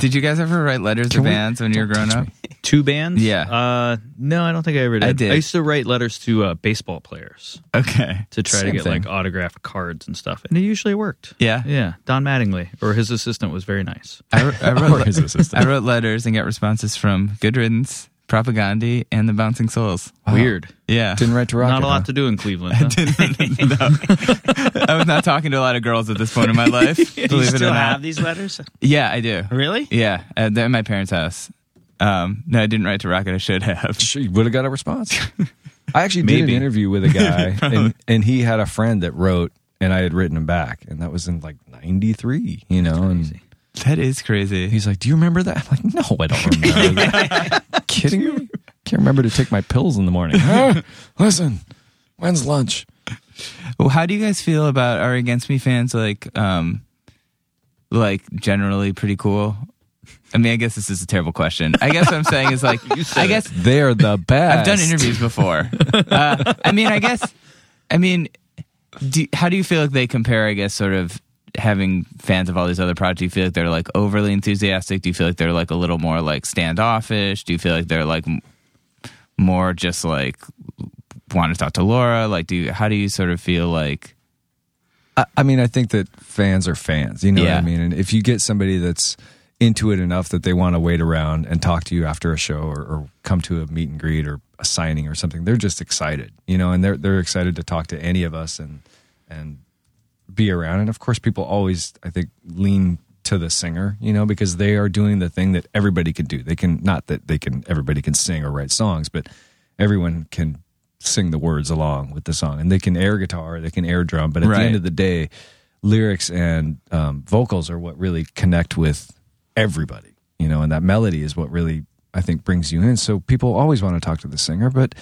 D: Did you guys ever write letters to
C: Can we-
D: bands when you were growing up?
E: Two bands?
D: Yeah.
E: Uh, no, I don't think I ever did.
D: I did.
E: used to write letters to uh, baseball players
D: Okay.
E: to try
C: Same
E: to get
C: thing.
E: like autographed cards and stuff, and it usually worked.
D: Yeah.
E: Yeah. Don Mattingly or his assistant was very nice.
D: I, wr- I
C: Or
D: wrote,
C: his assistant.
D: I wrote letters and got responses from Good Riddance, Propaganda, and the Bouncing Souls.
E: Weird.
D: Yeah.
C: Didn't
D: (laughs)
C: write to rock.
E: Not
C: it,
E: a lot
C: huh?
E: to do in Cleveland. huh?
D: I was not talking to a lot of girls at this point in my life. believe
E: you
D: it
E: still
D: or not.
E: have
C: (laughs)
E: these letters?
D: Yeah, I do.
E: Really?
D: Yeah, uh, they're in my parents' house. Um, no, I didn't write to Rocket. I should have.
C: Sure, you would have got a response. I actually did an
D: Maybe.
C: interview with a guy, and, and he had a friend that wrote, and I had written him back, and that was in like '93, you know. And
D: That is crazy.
C: he's like, "Do you remember that?" I'm like, "No, I don't remember." that." Kidding me? Can't remember to take my pills in the morning. Huh? Listen, when's lunch?
D: Well, how do you guys feel about our Against Me fans? Like, um, like generally pretty cool. I mean, I guess this is a terrible question. I guess what I'm saying is like, I guess
C: They're the best.
D: I've done interviews before. uh, I mean, I guess, I mean, do, how do you feel like they compare? I guess sort of having fans of all these other projects. Do you feel like they're like overly enthusiastic? Do you feel like they're like a little more like standoffish? Do you feel like they're like m- more just like want to talk to Laura? Like, do you, how do you sort of feel like?
C: I, I mean, I think that fans are fans. You know what
D: Yeah.
C: I mean? And if you get somebody that's into it enough that they want to wait around and talk to you after a show or, or come to a meet and greet or a signing or something, they're just excited, you know, and they're they're excited to talk to any of us and and be around. And of course, people always, I think, lean to the singer, you know, because they are doing the thing that everybody can do. They can not that they can everybody can sing or write songs, but everyone can sing the words along with the song, and they can air guitar, they can air drum, but at the
D: Right.
C: end of the day, lyrics and um, vocals are what really connect with everybody, you know, and that melody is what really I think brings you in. So people always want to talk to the singer, but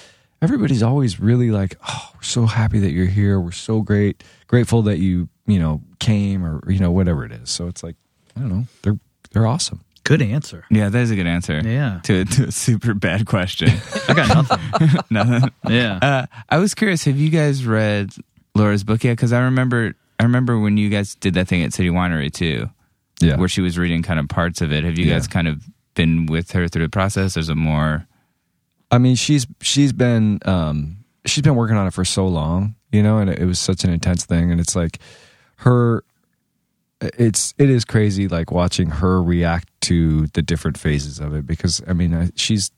C: everybody's always really like, "Oh, we're so happy that you're here. We're so great, grateful that you, you know, came or you know whatever it is." So it's like, I don't know, they're they're awesome.
E: Good answer.
D: Yeah, that is a good answer.
E: Yeah.
D: To, (laughs) to a super bad question.
E: I got nothing.
D: Nothing.
E: Yeah.
D: Uh, I was curious. Have you guys read Laura's book yet? Because I remember, I remember when you guys did that thing at City Winery too,
C: Yeah,
D: where she was reading kind of parts of it. Have you
C: Yeah.
D: guys kind of been with her through the process? There's a more
C: I mean, she's she's been um, she's been working on it for so long, you know, and it, it was such an intense thing, and it's like her. It's it is crazy, like watching her react to the different phases of it, because I mean, I, she's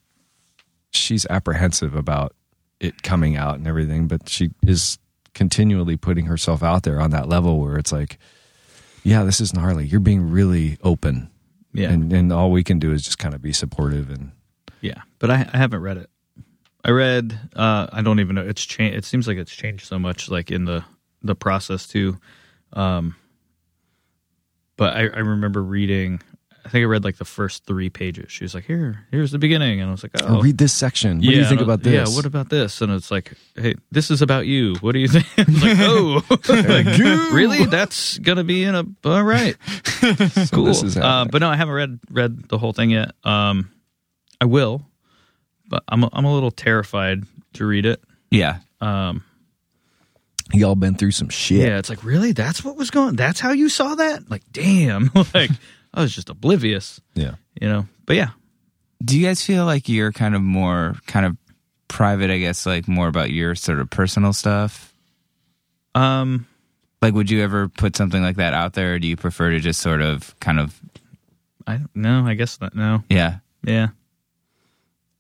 C: she's apprehensive about it coming out and everything, but she is continually putting herself out there on that level where it's like, yeah, this is gnarly. You're being really open,
E: Yeah.
C: and and all we can do is just kind of be supportive and
E: Yeah, but I, I haven't read it. I read. Uh, I don't even know. It's changed. It seems like it's changed so much, like in the the process too. Um, but I, I remember reading. I think I read like the first three pages. She was like, "Here, here's the beginning," and I was like,
C: or
E: "Oh."
C: read this section. What do you
E: yeah,
C: think
E: and I-
C: about this?
E: Yeah, what about this? And it's like, hey, this is about you. What do you think? (laughs) I was like,
C: (laughs)
E: oh, Like, really? That's gonna be in a all right. cool.
C: this is
E: uh,
C: happening.
E: but no, I haven't read read the whole thing yet. Um, I will, but I'm a, I'm a little terrified to read it.
D: yeah.
E: Um,
C: (laughs) y'all been through some shit.
E: yeah. it's like really that's what was going. That's how you saw that. Like, damn, (laughs) like I was just oblivious,
C: Yeah.
E: you know. But yeah,
D: Do you guys feel like you're kind of more kind of private? I guess like more about your sort of personal stuff.
E: um,
D: Like, would you ever put something like that out there, or do you prefer to just sort of kind of
E: I don't no, I guess not. No,
D: yeah?
E: yeah,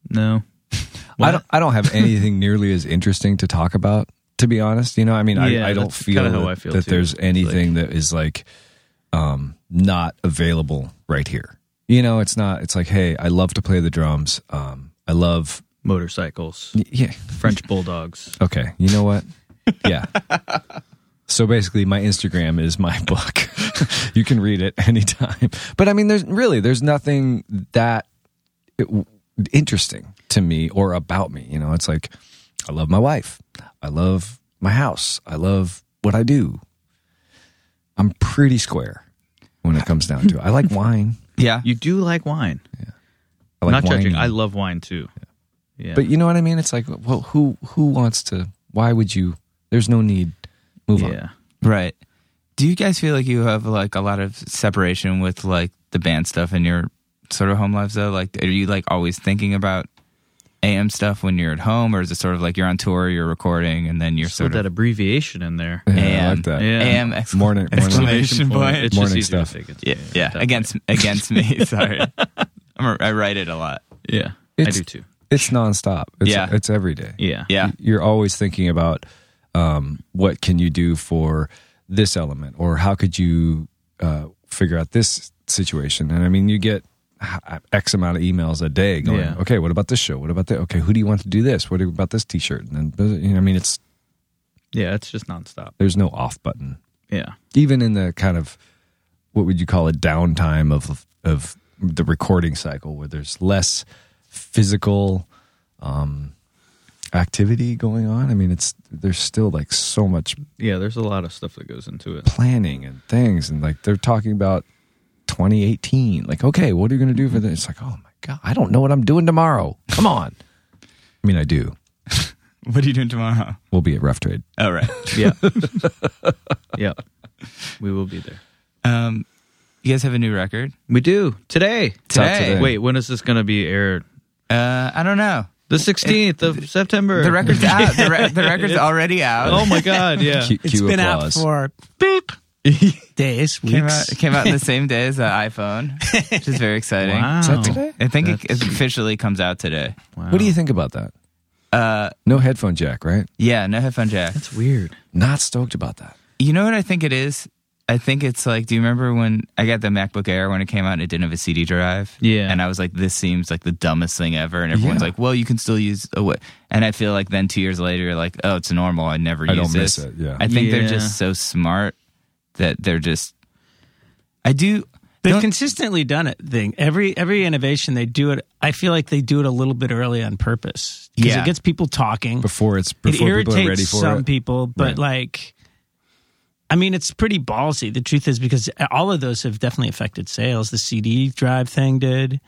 E: no.
C: I don't. I don't
E: (laughs)
C: have anything nearly as interesting to talk about, to be honest. You know, I mean,
E: Yeah,
C: I, I don't
E: that's
C: feel
E: kinda how
C: that,
E: I feel,
C: that
E: too.
C: there's
E: It's
C: anything that is like um, not available right here. You know, it's not. It's like, hey, I love to play the drums. Um, I love.
E: motorcycles,
C: Yeah.
E: French bulldogs.
C: Okay. You know what? Yeah. (laughs) so basically, my Instagram is my (laughs) book. you can read it anytime. But I mean, there's really there's nothing that it, interesting to me or about me. You know, it's like I love my wife. I love my house. I love what I do. I'm pretty square when it comes down to it. I like wine.
D: Yeah,
E: You do like wine.
C: I like
E: Not
C: wine.
E: judging. I love wine too. Yeah.
C: but you know what I mean? It's like, well, who who wants to? Why would you? There's no need. Move on.
E: yeah.
D: Right. Do you guys feel like you have like a lot of separation with like the band stuff in your sort of home lives though? Like, are you like always thinking about AM stuff when you're at home, or is it sort of like you're on tour, you're recording, and then you're
E: Just put
D: sort
E: that
D: of
E: abbreviation in there.
C: Yeah, I
D: AM.
C: like that.
E: Yeah.
D: AM ex-
C: Morning, morning.
D: Exclamation point.
E: It's
C: Morning
E: just easier
C: stuff.
E: To
D: yeah, yeah,
E: definitely.
D: against against me. (laughs) Sorry, I'm a, I write it a lot.
E: Yeah. I
C: It's-
E: do too.
C: It's nonstop. It's,
D: Yeah.
C: it's every day.
E: Yeah.
D: Yeah,
C: You're always thinking about um, what can you do for this element, or how could you uh, figure out this situation? And I mean, you get h- x amount of emails a day going.
E: Yeah.
C: Okay, what about this show? What about that? Okay, who do you want to do this? What about this T-shirt? And then you know, I mean, it's
E: Yeah. It's just nonstop.
C: there's no off button.
E: Yeah.
C: even in the kind of what would you call a downtime of of the recording cycle where there's less physical um activity going on i mean it's there's still like so much
E: Yeah. There's a lot of stuff that goes into it.
C: planning and things and like they're talking about 2018 like okay what are you going to do for this it's like oh my god i don't know what i'm doing tomorrow come on i mean i do
D: what are you doing tomorrow?
C: we'll be at rough trade
D: Oh, right.
E: (laughs) Yeah. yeah. We will be there.
D: Um, you guys have a new record?
E: We do today.
C: It's out today.
E: Wait, when is this going to be aired?
D: Uh, I don't know.
E: The 16th of September.
D: The (laughs) record's out. The, re- the record's already out.
E: Oh my God. Yeah.
C: Cue-
B: It's
C: cue
B: been
C: applause
B: out for (laughs) beep days,
D: Came out,
B: weeks.
D: it came
C: (laughs)
D: out the same day as the iPhone, which is very exciting.
E: Wow.
C: is that today
D: I think it,
E: That's-
D: it officially comes out today.
E: Wow.
C: what do you think about that
D: Uh,
C: no headphone jack right
D: yeah, no headphone jack.
E: That's weird.
C: not stoked about that
D: You know what I think it is? I think it's like, do you remember when I got the MacBook Air when it came out and it didn't have a CD drive?
E: Yeah.
D: And I was like, this seems like the dumbest thing ever. And everyone's
C: Yeah.
D: like, well, you can still use a what? And I feel like then two years later, you're like, oh, it's normal. I never
C: I
D: use
C: don't miss
D: this.
C: it, yeah.
D: I think they're
E: Yeah.
D: just so smart that they're just. I do.
B: They've
D: don't-
B: consistently done it. Thing every every innovation they do it. I feel like they do it a little bit early on purpose because
D: Yeah.
B: it gets people talking.
C: before it's before
B: it irritates
C: people are ready for
B: some
C: it.
B: people, but
C: Right.
B: like, I mean, it's pretty ballsy. The truth is because all of those have definitely affected sales. The CD drive thing did.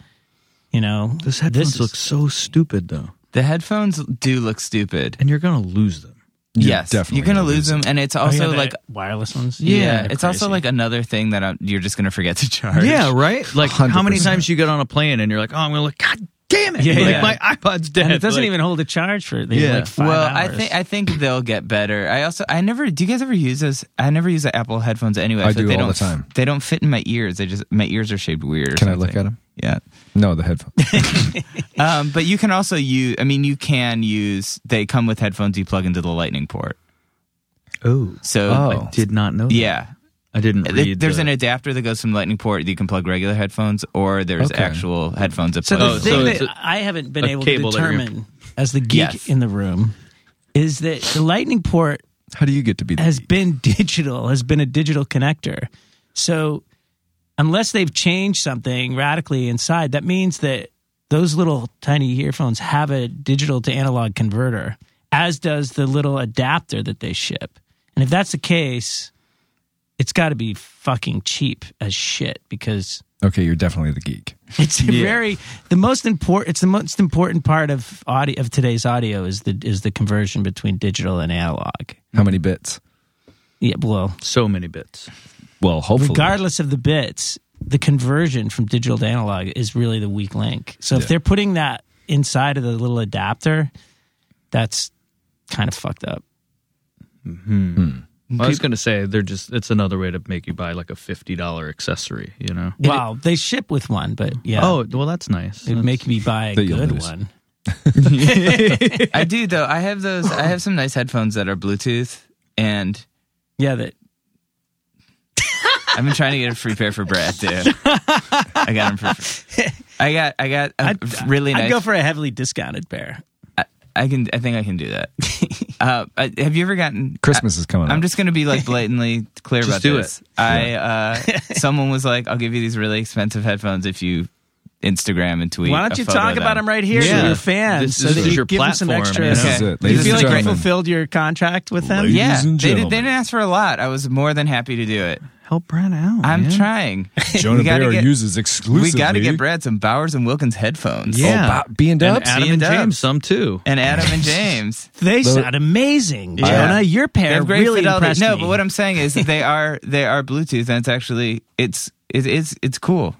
B: You know,
E: This headphones
B: is-
E: looks so stupid though,
D: The headphones do look stupid.
E: and you're going to lose them.
C: You're
D: yes,
C: definitely
D: you're gonna
C: gonna
D: lose them, and it's also
B: Oh, yeah,
D: like
B: the wireless ones.
D: yeah,
B: they're
D: it's also
B: crazy.
D: like another thing that i you're just gonna forget to (laughs) charge.
E: Yeah, right. Like how many
C: 100%.
E: times you get on a plane and you're like, oh, I'm going to look. God damn it!
B: Yeah,
E: like
D: yeah.
E: my iPod's dead.
B: and it doesn't
E: Like,
B: even hold a charge for these
E: Yeah.
B: like five
D: well,
B: hours.
D: I think I think they'll get better. I also I never do. You guys ever use those? I never use the Apple headphones anyway.
C: I
D: feel
C: do
D: they
C: all
D: don't,
C: the time.
D: They don't fit in my ears. They just my ears are shaped weird. or
C: Can I look
D: something.
C: at 'em?
D: Yeah.
C: No, the headphone.
D: Um, but you can also use. I mean, you can use. They come with headphones you plug into the Lightning port.
E: Oh,
D: So
C: Oh.
E: I did not know. that.
D: yeah,
E: I didn't
D: Th-
E: read.
D: there's
E: the-
D: an adapter that goes from Lightning port. that You can plug regular headphones, or there's
C: Okay.
D: actual headphones. That
B: So the
D: plug
E: Oh,
D: into
B: thing
E: so
B: that
E: it's a-
B: I haven't been
E: a
B: able to
E: cable that you're-
B: determine as the geek
D: Yes.
B: in the room is that the Lightning port
C: How do you get to be?
B: has been digital, has been a digital connector. So unless they've changed something radically inside, that means that those little tiny earphones have a digital to analog converter, as does the little adapter that they ship. And if that's the case, it's got to be fucking cheap as shit because
C: okay, you're definitely the geek.
B: (laughs) it's a very the most important. It's the most important part of audio of today's audio is the is the conversion between digital and analog.
C: How many bits?
B: Yeah, well,
E: so many bits.
C: Well, hopefully,
B: regardless of the bits, the conversion from digital to analog is really the weak link. So if they're putting that inside of the little adapter, that's kind of fucked up.
E: I was going to say they're just. It's another way to make you buy like a fifty dollar accessory. You know.
B: wow, they ship with one, but yeah,
E: Oh well, that's nice.
B: it'd
E: That's-
B: make me buy a
C: That you'll
B: good
C: lose.
B: one.
D: I do though. I have those. I have some nice headphones that are Bluetooth, and
B: Yeah, that
D: I've been trying to get a free pair for Brad too. I got them for. Free. I got. I got a really
B: I'd
D: nice.
B: go for a heavily discounted pair.
D: I, I can. I think I can
B: (laughs)
D: do that. uh, I, have you ever gotten
C: Christmas is coming.
D: I'm
C: up.
D: just going to be like blatantly clear
E: Just
D: about
E: do
D: this. I uh, someone was like, "I'll give you these really expensive headphones if you Instagram and tweet."
B: Why
D: a
B: don't you
D: photo
B: talk
D: of
B: about them right here
E: Yeah.
B: to your fans
E: This
B: so
E: is
B: that
E: your
B: you give them some
E: platform,
B: extra?
E: you
C: This
D: Okay.
C: is it,
D: Do
B: Do you
C: ladies
B: feel
C: and
B: like you
C: gentlemen.
B: fulfilled your contract with them?
C: Ladies
D: Yeah,
C: and
D: they, did,
C: gentlemen.
D: they didn't ask for a lot. I was more than happy to do it.
E: help Brad out.
D: I'm
E: man.
D: trying.
C: Jonah
D: we gotta
C: Bear
D: get-
C: uses exclusively.
D: We got to get Brad some Bowers and Wilkins headphones.
E: Yeah,
C: Oh, Bob- B and Dubs?
E: and Adam
D: B and
E: and
D: Dubs.
E: James. Some too.
D: And Adam and James.
B: They sound amazing,
D: Yeah.
B: Jonah. Your
D: They
B: pair
D: have great
B: really
D: fidelity.
B: impressed
D: No,
B: me.
D: but what I'm saying is that they are they are Bluetooth, and it's actually it's it is it's cool.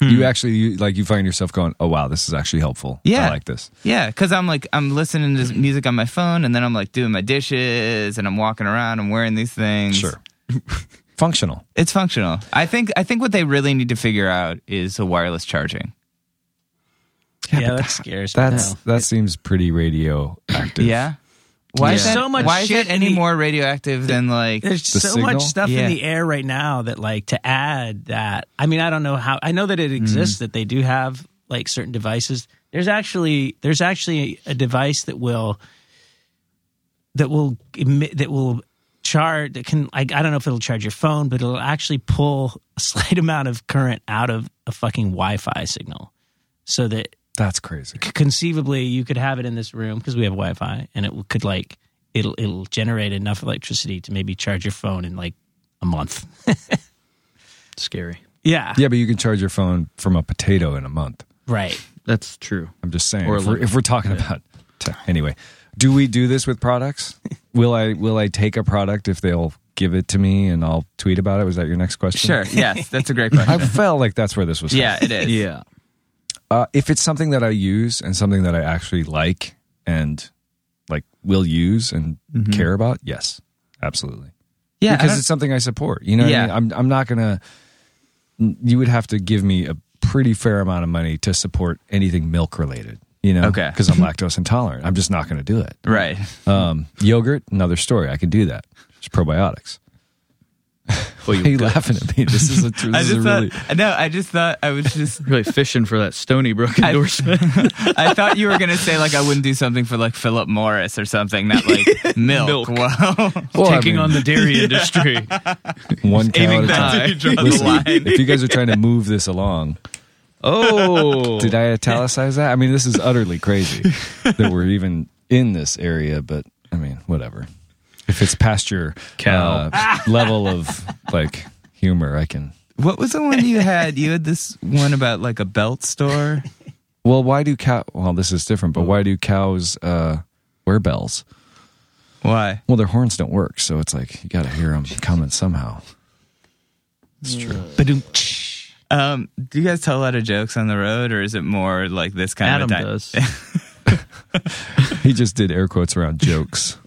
C: You actually you, like you find yourself going, "Oh wow, this is actually helpful. I
D: Yeah.
C: like this."
D: Yeah, because I'm like I'm listening to music on my phone, and then I'm like doing my dishes, and I'm walking around, I'm wearing these things. (laughs)
C: Sure. Functional.
D: it's functional. I think I think what they really need to figure out is the wireless charging.
B: Yeah, that scares me.
C: That's that seems pretty radioactive.
D: Yeah, why is
E: There's
D: that,
B: so much
D: Why is
B: shit
D: it any
B: in the-
D: more radioactive than like?
B: There's
C: The
B: so
C: signal?
B: much stuff
D: Yeah.
B: in the air right now that like to add that. I mean, I don't know how. I know that it exists that they do have like certain devices. There's actually there's actually a device that will that will emit that will charge that can like I don't know if it'll charge your phone, but it'll actually pull a (laughs) slight amount of current out of a fucking Wi-Fi signal, so that
C: That's crazy.
B: c- conceivably you could have it in this room because we have Wi-Fi, and it w- could like it'll it'll generate enough electricity to maybe charge your phone in like a month.
E: Scary.
B: yeah,
C: Yeah, but you can charge your phone from a potato in a month.
B: right.
E: That's true.
C: I'm just saying.
E: Or
C: if, we're,
E: aluminum.
C: if we're talking about te- anyway, do we do this with
D: (laughs)
C: products? will I will I take a product if they'll give it to me and I'll tweet about it? Was that your next question?
D: sure. yes, that's a great question.
C: I felt like that's where this was.
D: yeah, it is.
E: Yeah.
C: Uh, if it's something that I use and something that I actually like and like will use and
D: Mm-hmm.
C: care about, yes, absolutely.
D: Yeah, I
C: because
D: don't-
C: it's something I support. You know, what
D: Yeah.
C: I mean? I'm I'm not gonna. You would have to give me a pretty fair amount of money to support anything milk related. You know,
D: Okay. Hmm.
C: because I'm lactose intolerant. I'm just not gonna do it.
D: right.
C: Um, yogurt, another story. I can do that. It's probiotics.
E: Well, (laughs)
C: Why are
D: (laughs)
C: you laughing at me? This is a, this
D: I
C: is
D: just
C: a
D: thought.
C: really.
D: No, I just thought I was just.
E: really fishing for that Stony (laughs) Brook endorsement.
D: I thought you were gonna say like I wouldn't do something for like Philip Morris or something, not
C: (laughs)
D: like milk.
E: Milk.
D: Wow. (laughs)
C: Well, I
E: taking
C: mean,
E: on the (laughs) dairy industry.
C: one cow at
E: aiming
C: a
E: back
C: time.
E: to draw the
C: Listen,
E: line.
C: if you guys are trying to move this along,
E: Oh,
C: did I italicize that? I mean, this is utterly crazy that we're even in this area, but I mean, whatever. If it's past your
E: Cow.
C: uh, level of like humor, I can.
D: What was the one you had? You had this one about like a belt store.
C: Well, why do cow? Well, this is different, but why do cows uh, wear bells?
D: Why?
C: Well, their horns don't work, so it's like you got to hear them coming somehow.
B: But
D: Um, do you guys tell a lot of jokes on the road, or is it more like this kind
E: Adam
D: of? di-
E: (laughs) does.
C: He just did air quotes around jokes.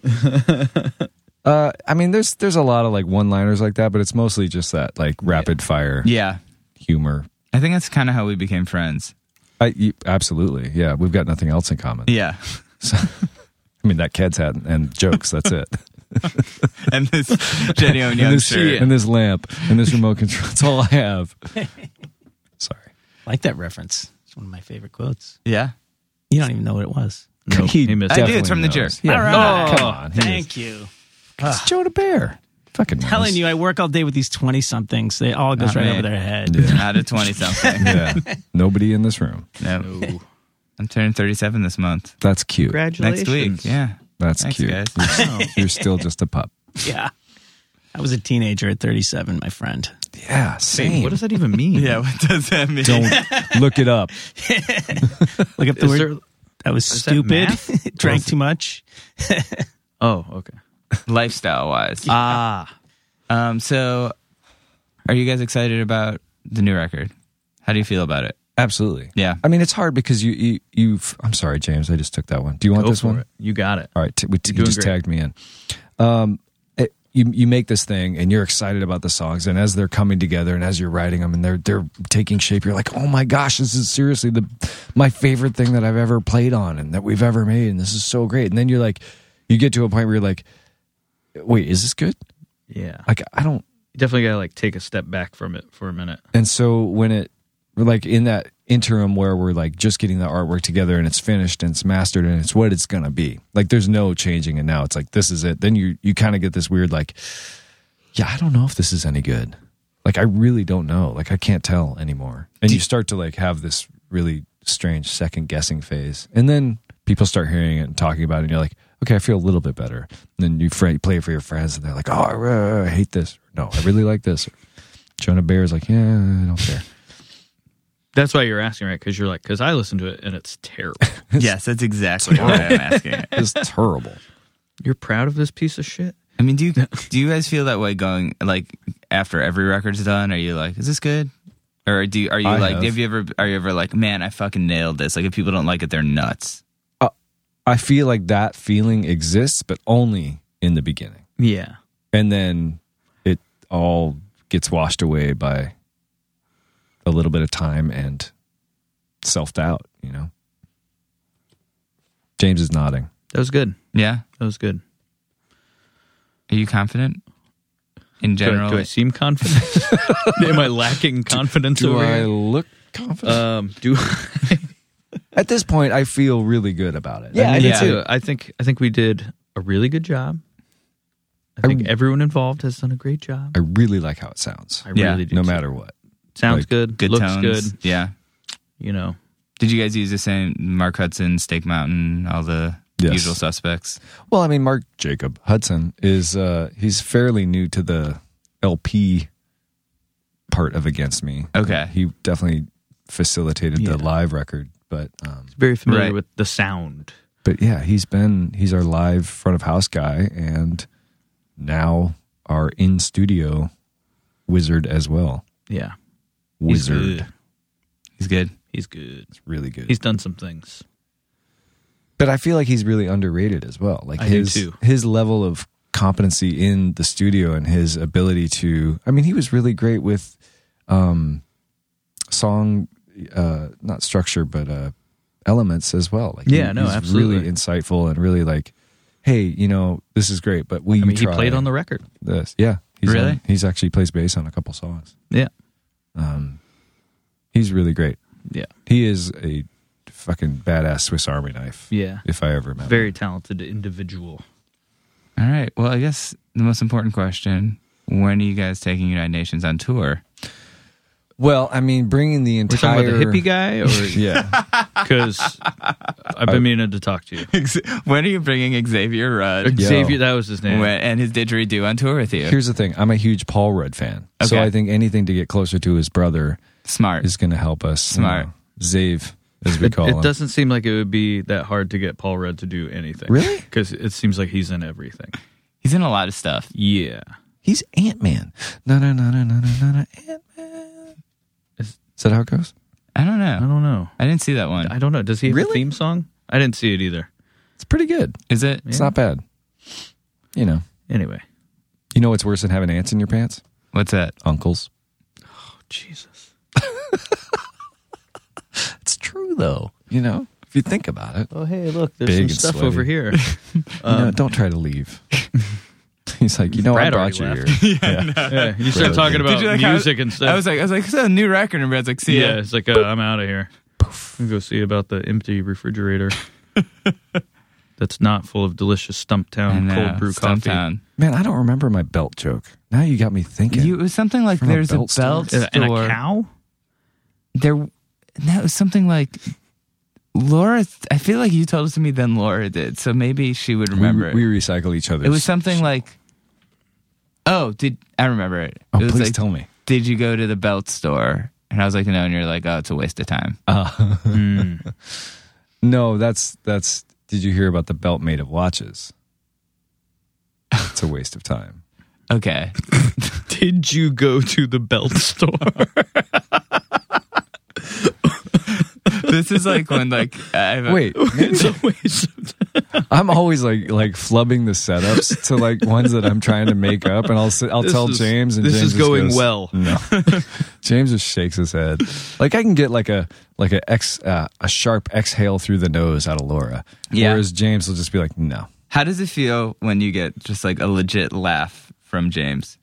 C: uh, I mean, there's there's a lot of like one liners like that, but it's mostly just that like rapid fire
D: Yeah,
C: humor.
D: I think that's kind of how we became friends.
C: I, you- absolutely, yeah. We've got nothing else in common.
D: Yeah, (laughs)
C: I mean, that cat's hat and, and jokes. That's it.
D: and this genuine
C: and this
D: youngster.
C: and this lamp and this remote control. That's all I have. Sorry.
B: like that reference. It's one of my favorite quotes.
D: Yeah,
B: You don't even know what it was.
E: No,
C: He
E: he missed
D: I
E: it.
D: do. It's from the
C: definitely knows.
D: jerk.
C: Yeah,
B: All right.
C: he- come on. he is-
B: Oh, Thank you.
C: It's Joe the Bear. Fucking
B: Telling
C: knows.
B: you, I work all day with these twenty somethings. They all goes
D: Not
B: right
D: me.
B: over their head.
C: Yeah.
D: out of twenty something.
C: yeah. Nobody in this room.
D: no, (laughs) I'm turning thirty-seven this month.
C: That's cute.
D: Next week.
E: Congratulations.
D: Yeah.
C: That's
D: Thanks,
C: cute.
D: guys.
C: You're- You're still just a pup.
B: (laughs) Yeah. I was a teenager at 37, my friend.
C: Yeah,
E: Wait,
C: same.
E: what does
D: (laughs)
E: that even mean?
D: Yeah. What does that mean?
C: Don't look it up.
B: Look up the
E: Is
B: word.
E: there,
B: I was
E: is that
B: stupid.
E: math?
B: (laughs) Drank too much.
E: oh, okay.
D: Lifestyle wise.
E: Ah,
D: Um. So, are you guys excited about the new record? How do you feel about it?
C: Absolutely.
D: Yeah.
C: I mean, it's hard because you you you've. I'm sorry, James. I just took that one. Do you want
E: go
C: this
E: for
C: one?
E: it. You got it.
C: All right, t- we t-
E: You're
C: you
E: doing
C: just
E: great.
C: tagged me in. Um, it- you you make this thing and you're excited about the songs, and as they're coming together and as you're writing them and they're they're taking shape, you're like, oh my gosh, this is seriously the my favorite thing that I've ever played on and that we've ever made, and this is so great. And then you're like, you get to a point where you're like, wait, is this good?
E: Yeah,
C: Like I don't
E: you definitely gotta like take a step back from it for a minute.
C: and so when it like in that interim where we're like just getting the artwork together and it's finished and it's mastered and it's what it's gonna be. Like there's no changing it now. It's like this is it. Then you you kind of get this weird like, yeah, I don't know if this is any good. Like I really don't know. Like I can't tell anymore. And you start to like have this really strange second guessing phase. And then people start hearing it and talking about it and you're like, okay, I feel a little bit better. And then you fr- play it for your friends and they're like, oh, I, uh, I hate this. No, I really like this. Jonah Bear is like, yeah, I don't care.
E: That's why you're asking, right? Because you're like, because I listened to it and it's terrible.
D: yes, that's (laughs) exactly what I'm asking. it.
C: (laughs) It's terrible.
E: (laughs) you're proud of this piece of shit?
D: I mean, do you do you guys feel that way going like after every record's done? Are you like, is this good? Or do you, are you
C: I
D: like
C: have.
D: have you ever are you ever like man I fucking nailed this like if people don't like it they're nuts
C: I feel like that feeling exists, but only in the beginning.
E: Yeah.
C: And then it all gets washed away by a little bit of time and self doubt, you know? James is nodding.
E: That was good.
D: yeah
E: That was good.
D: are you confident in
E: Do I-
D: general
E: do I, seem confident? (laughs) Am I lacking confidence
C: Do
E: over
C: I
E: here?
C: look confident?
E: Um, do
C: At this point, I feel really good about it.
D: I do
E: yeah,
D: too.
E: I think I think we did a really good job. I think everyone involved has done a great job.
C: I really like how it sounds,
E: I
D: Yeah,
E: really do.
C: no
E: too.
C: matter what.
E: sounds
C: like,
E: good,
D: good
E: looks
D: tones
E: good.
D: yeah
E: You know,
D: did you guys use the same Mark Hudson Steak Mountain all the
C: Yes.
D: usual suspects
C: Well, I mean, Mark Jacob Hudson is, uh, he's fairly new to the LP part of Against Me.
D: okay
C: he definitely facilitated
E: Yeah.
C: the live record but um
E: very familiar
D: Right.
E: with the sound.
C: but yeah he's been he's our live front of house guy and now our in studio wizard as well
E: Yeah, He's
C: wizard
E: good.
D: he's good
E: He's good.
C: it's really good
E: He's done some things.
C: but i feel like he's really underrated as well like
E: I do
C: his
E: too.
C: his level of competency in the studio and his ability to i mean he was really great with um song uh not structure but uh elements as well like
E: Yeah, no,
C: he's really
E: absolutely.
C: insightful and really like hey you know this is great but we
E: I mean, he
C: try
E: played on the record.
C: this yeah he's
D: Really?
C: on- he's actually plays bass on a couple songs
E: Yeah.
C: um he's really great
E: Yeah.
C: he is a fucking badass swiss army knife
E: Yeah,
C: if i ever met him.
E: very talented individual.
D: all right well I guess the most important question when are you guys taking United Nations on tour (laughs)
C: Well, I mean, bringing the
E: We're
C: entire
E: talking about the hippie guy,
C: (laughs)
E: or (laughs)
C: Yeah,
E: because I've been meaning to talk to you.
D: when are you bringing Xavier Rudd
C: Yo.
E: Xavier, that was his name.
D: when, and his didgeridoo on tour with you
C: here's the thing: I'm a huge Paul Rudd fan, so
D: Okay.
C: I think anything to get closer to his brother
D: smart
C: is going to help us.
D: Smart.
C: Zave, as we
E: It,
C: call
E: it
C: him.
E: doesn't seem like it would be that hard to get Paul Rudd to do anything.
C: Really?
E: Because it seems like he's in everything.
D: he's in a lot of stuff
E: Yeah.
C: He's Ant Man. No, no, no, no, no, no, no, Ant Man. Is
E: Is-
C: that how it goes?
D: I don't know
E: I don't know.
D: I didn't see that one.
E: I don't know. Does he have
C: Really?
E: a theme song? I didn't see it either.
C: It's pretty good.
D: Is it?
C: It's not bad. You know,
E: Anyway.
C: you know what's worse than having ants in your pants?
D: What's that?
C: Uncles.
E: Oh, Jesus.
C: It's true though. You know, if you think about it,
E: Oh, hey, look. There's
C: Big
E: some
C: and
E: stuff
C: sweaty. (laughs)
E: over here.
C: you know,
E: Um,
C: don't try to leave.
E: (laughs)
C: He's like, you know,
E: Brad
C: I
E: already
C: brought you
E: left.
C: here.
E: (laughs) yeah, you start
C: Really?
E: talking about
D: you like how-
E: music and stuff.
D: I was like, I was like, it's a new record, and Brad's like, see
E: yeah,
D: ya.
E: it's like, uh, I'm out of here. I'll go see about the
C: (laughs)
E: empty refrigerator that's not full of delicious
D: And,
E: Stumptown
D: uh,
E: Um, cold brew coffee.
D: Stumptown.
C: Man, I don't remember my belt joke. Now you got me thinking.
D: You, it was something like
C: From a
D: there's a
C: belt
D: belt
C: store?
D: store.
E: Uh, And a cow?
D: There, no, it was something like Laura. I feel like you told it to me, then Laura did. So maybe she would remember
C: we,
D: it.
C: we recycle each other's.
D: It was something like, oh, did I remember it?
C: Oh,
D: it was
C: please
D: like,
C: tell me.
D: did you go to the belt store? And I was like, no. And you're like, oh, it's a waste of time.
C: Uh,
E: (laughs) Hmm.
C: no, that's that's. Did you hear about the belt made of watches? It's a waste of
E: (laughs)
C: time.
D: Okay,
E: Did you go to the belt store?
D: this is like when like I've,
C: Wait,
E: it's a waste of time.
C: I'm always like like flubbing the setups to like ones that I'm trying to make up, and I'll s- I'll
E: This
C: tell
E: is-
C: James, and
E: this
C: James
E: is
C: just
E: going
C: goes,
E: well.
C: No, James just shakes his head. Like I can get like a like a ex uh, a sharp exhale through the nose out of Laura,
D: Yeah.
C: whereas James will just be like, no.
D: How does it feel when you get just like a legit laugh from James?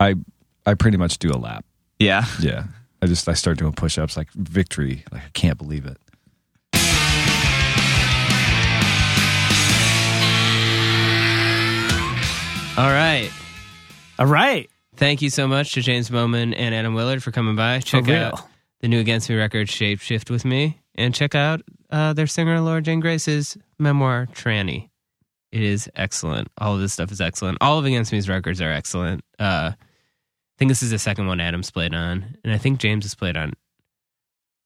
C: I I pretty much do a lap.
D: Yeah.
C: Yeah. I just I start doing push ups like victory. Like I can't believe it.
A: All right.
B: All right.
A: Thank you so much to James Bowman and Adam Willard for coming by. Check
B: For real.
A: out the new Against Me record, Shape Shift with Me, and check out uh, their singer Laura Jane Grace's memoir, Tranny. It is excellent. All of this stuff is excellent. All of Against Me's records are excellent. Uh, I think this is the second one Adam's played on, and I think James has played on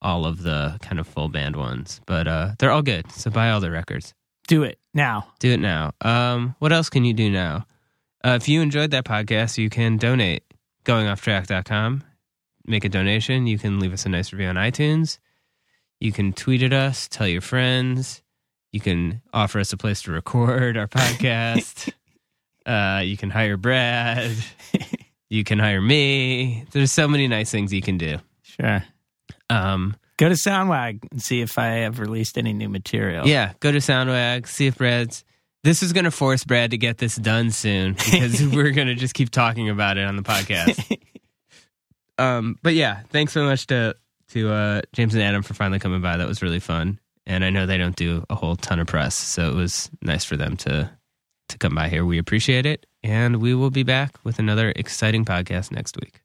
A: all of the kind of full band ones, but uh, they're all good. So buy all the records.
B: Do it now.
A: Do it now. Um, what else can you do now? Uh, if you enjoyed that podcast, you can donate goingofftrack.com make a donation, you can leave us a nice review on iTunes. You can tweet at us, tell your friends. You can offer us a place to record our podcast. uh, you can hire Brad. You can hire me. There's so many nice things you can do.
B: Sure.
A: Um,
B: Go to Soundwag and see if I have released any new material.
A: Yeah, go to Soundwag, see if Brad's. This is going to force Brad to get this done soon (laughs) because we're going to just keep talking about it on the podcast. (laughs) um, but yeah, thanks so much to to uh, James and Adam for finally coming by. That was really fun, and I know they don't do a whole ton of press, so it was nice for them to to come by here. We appreciate it, and we will be back with another exciting podcast next week.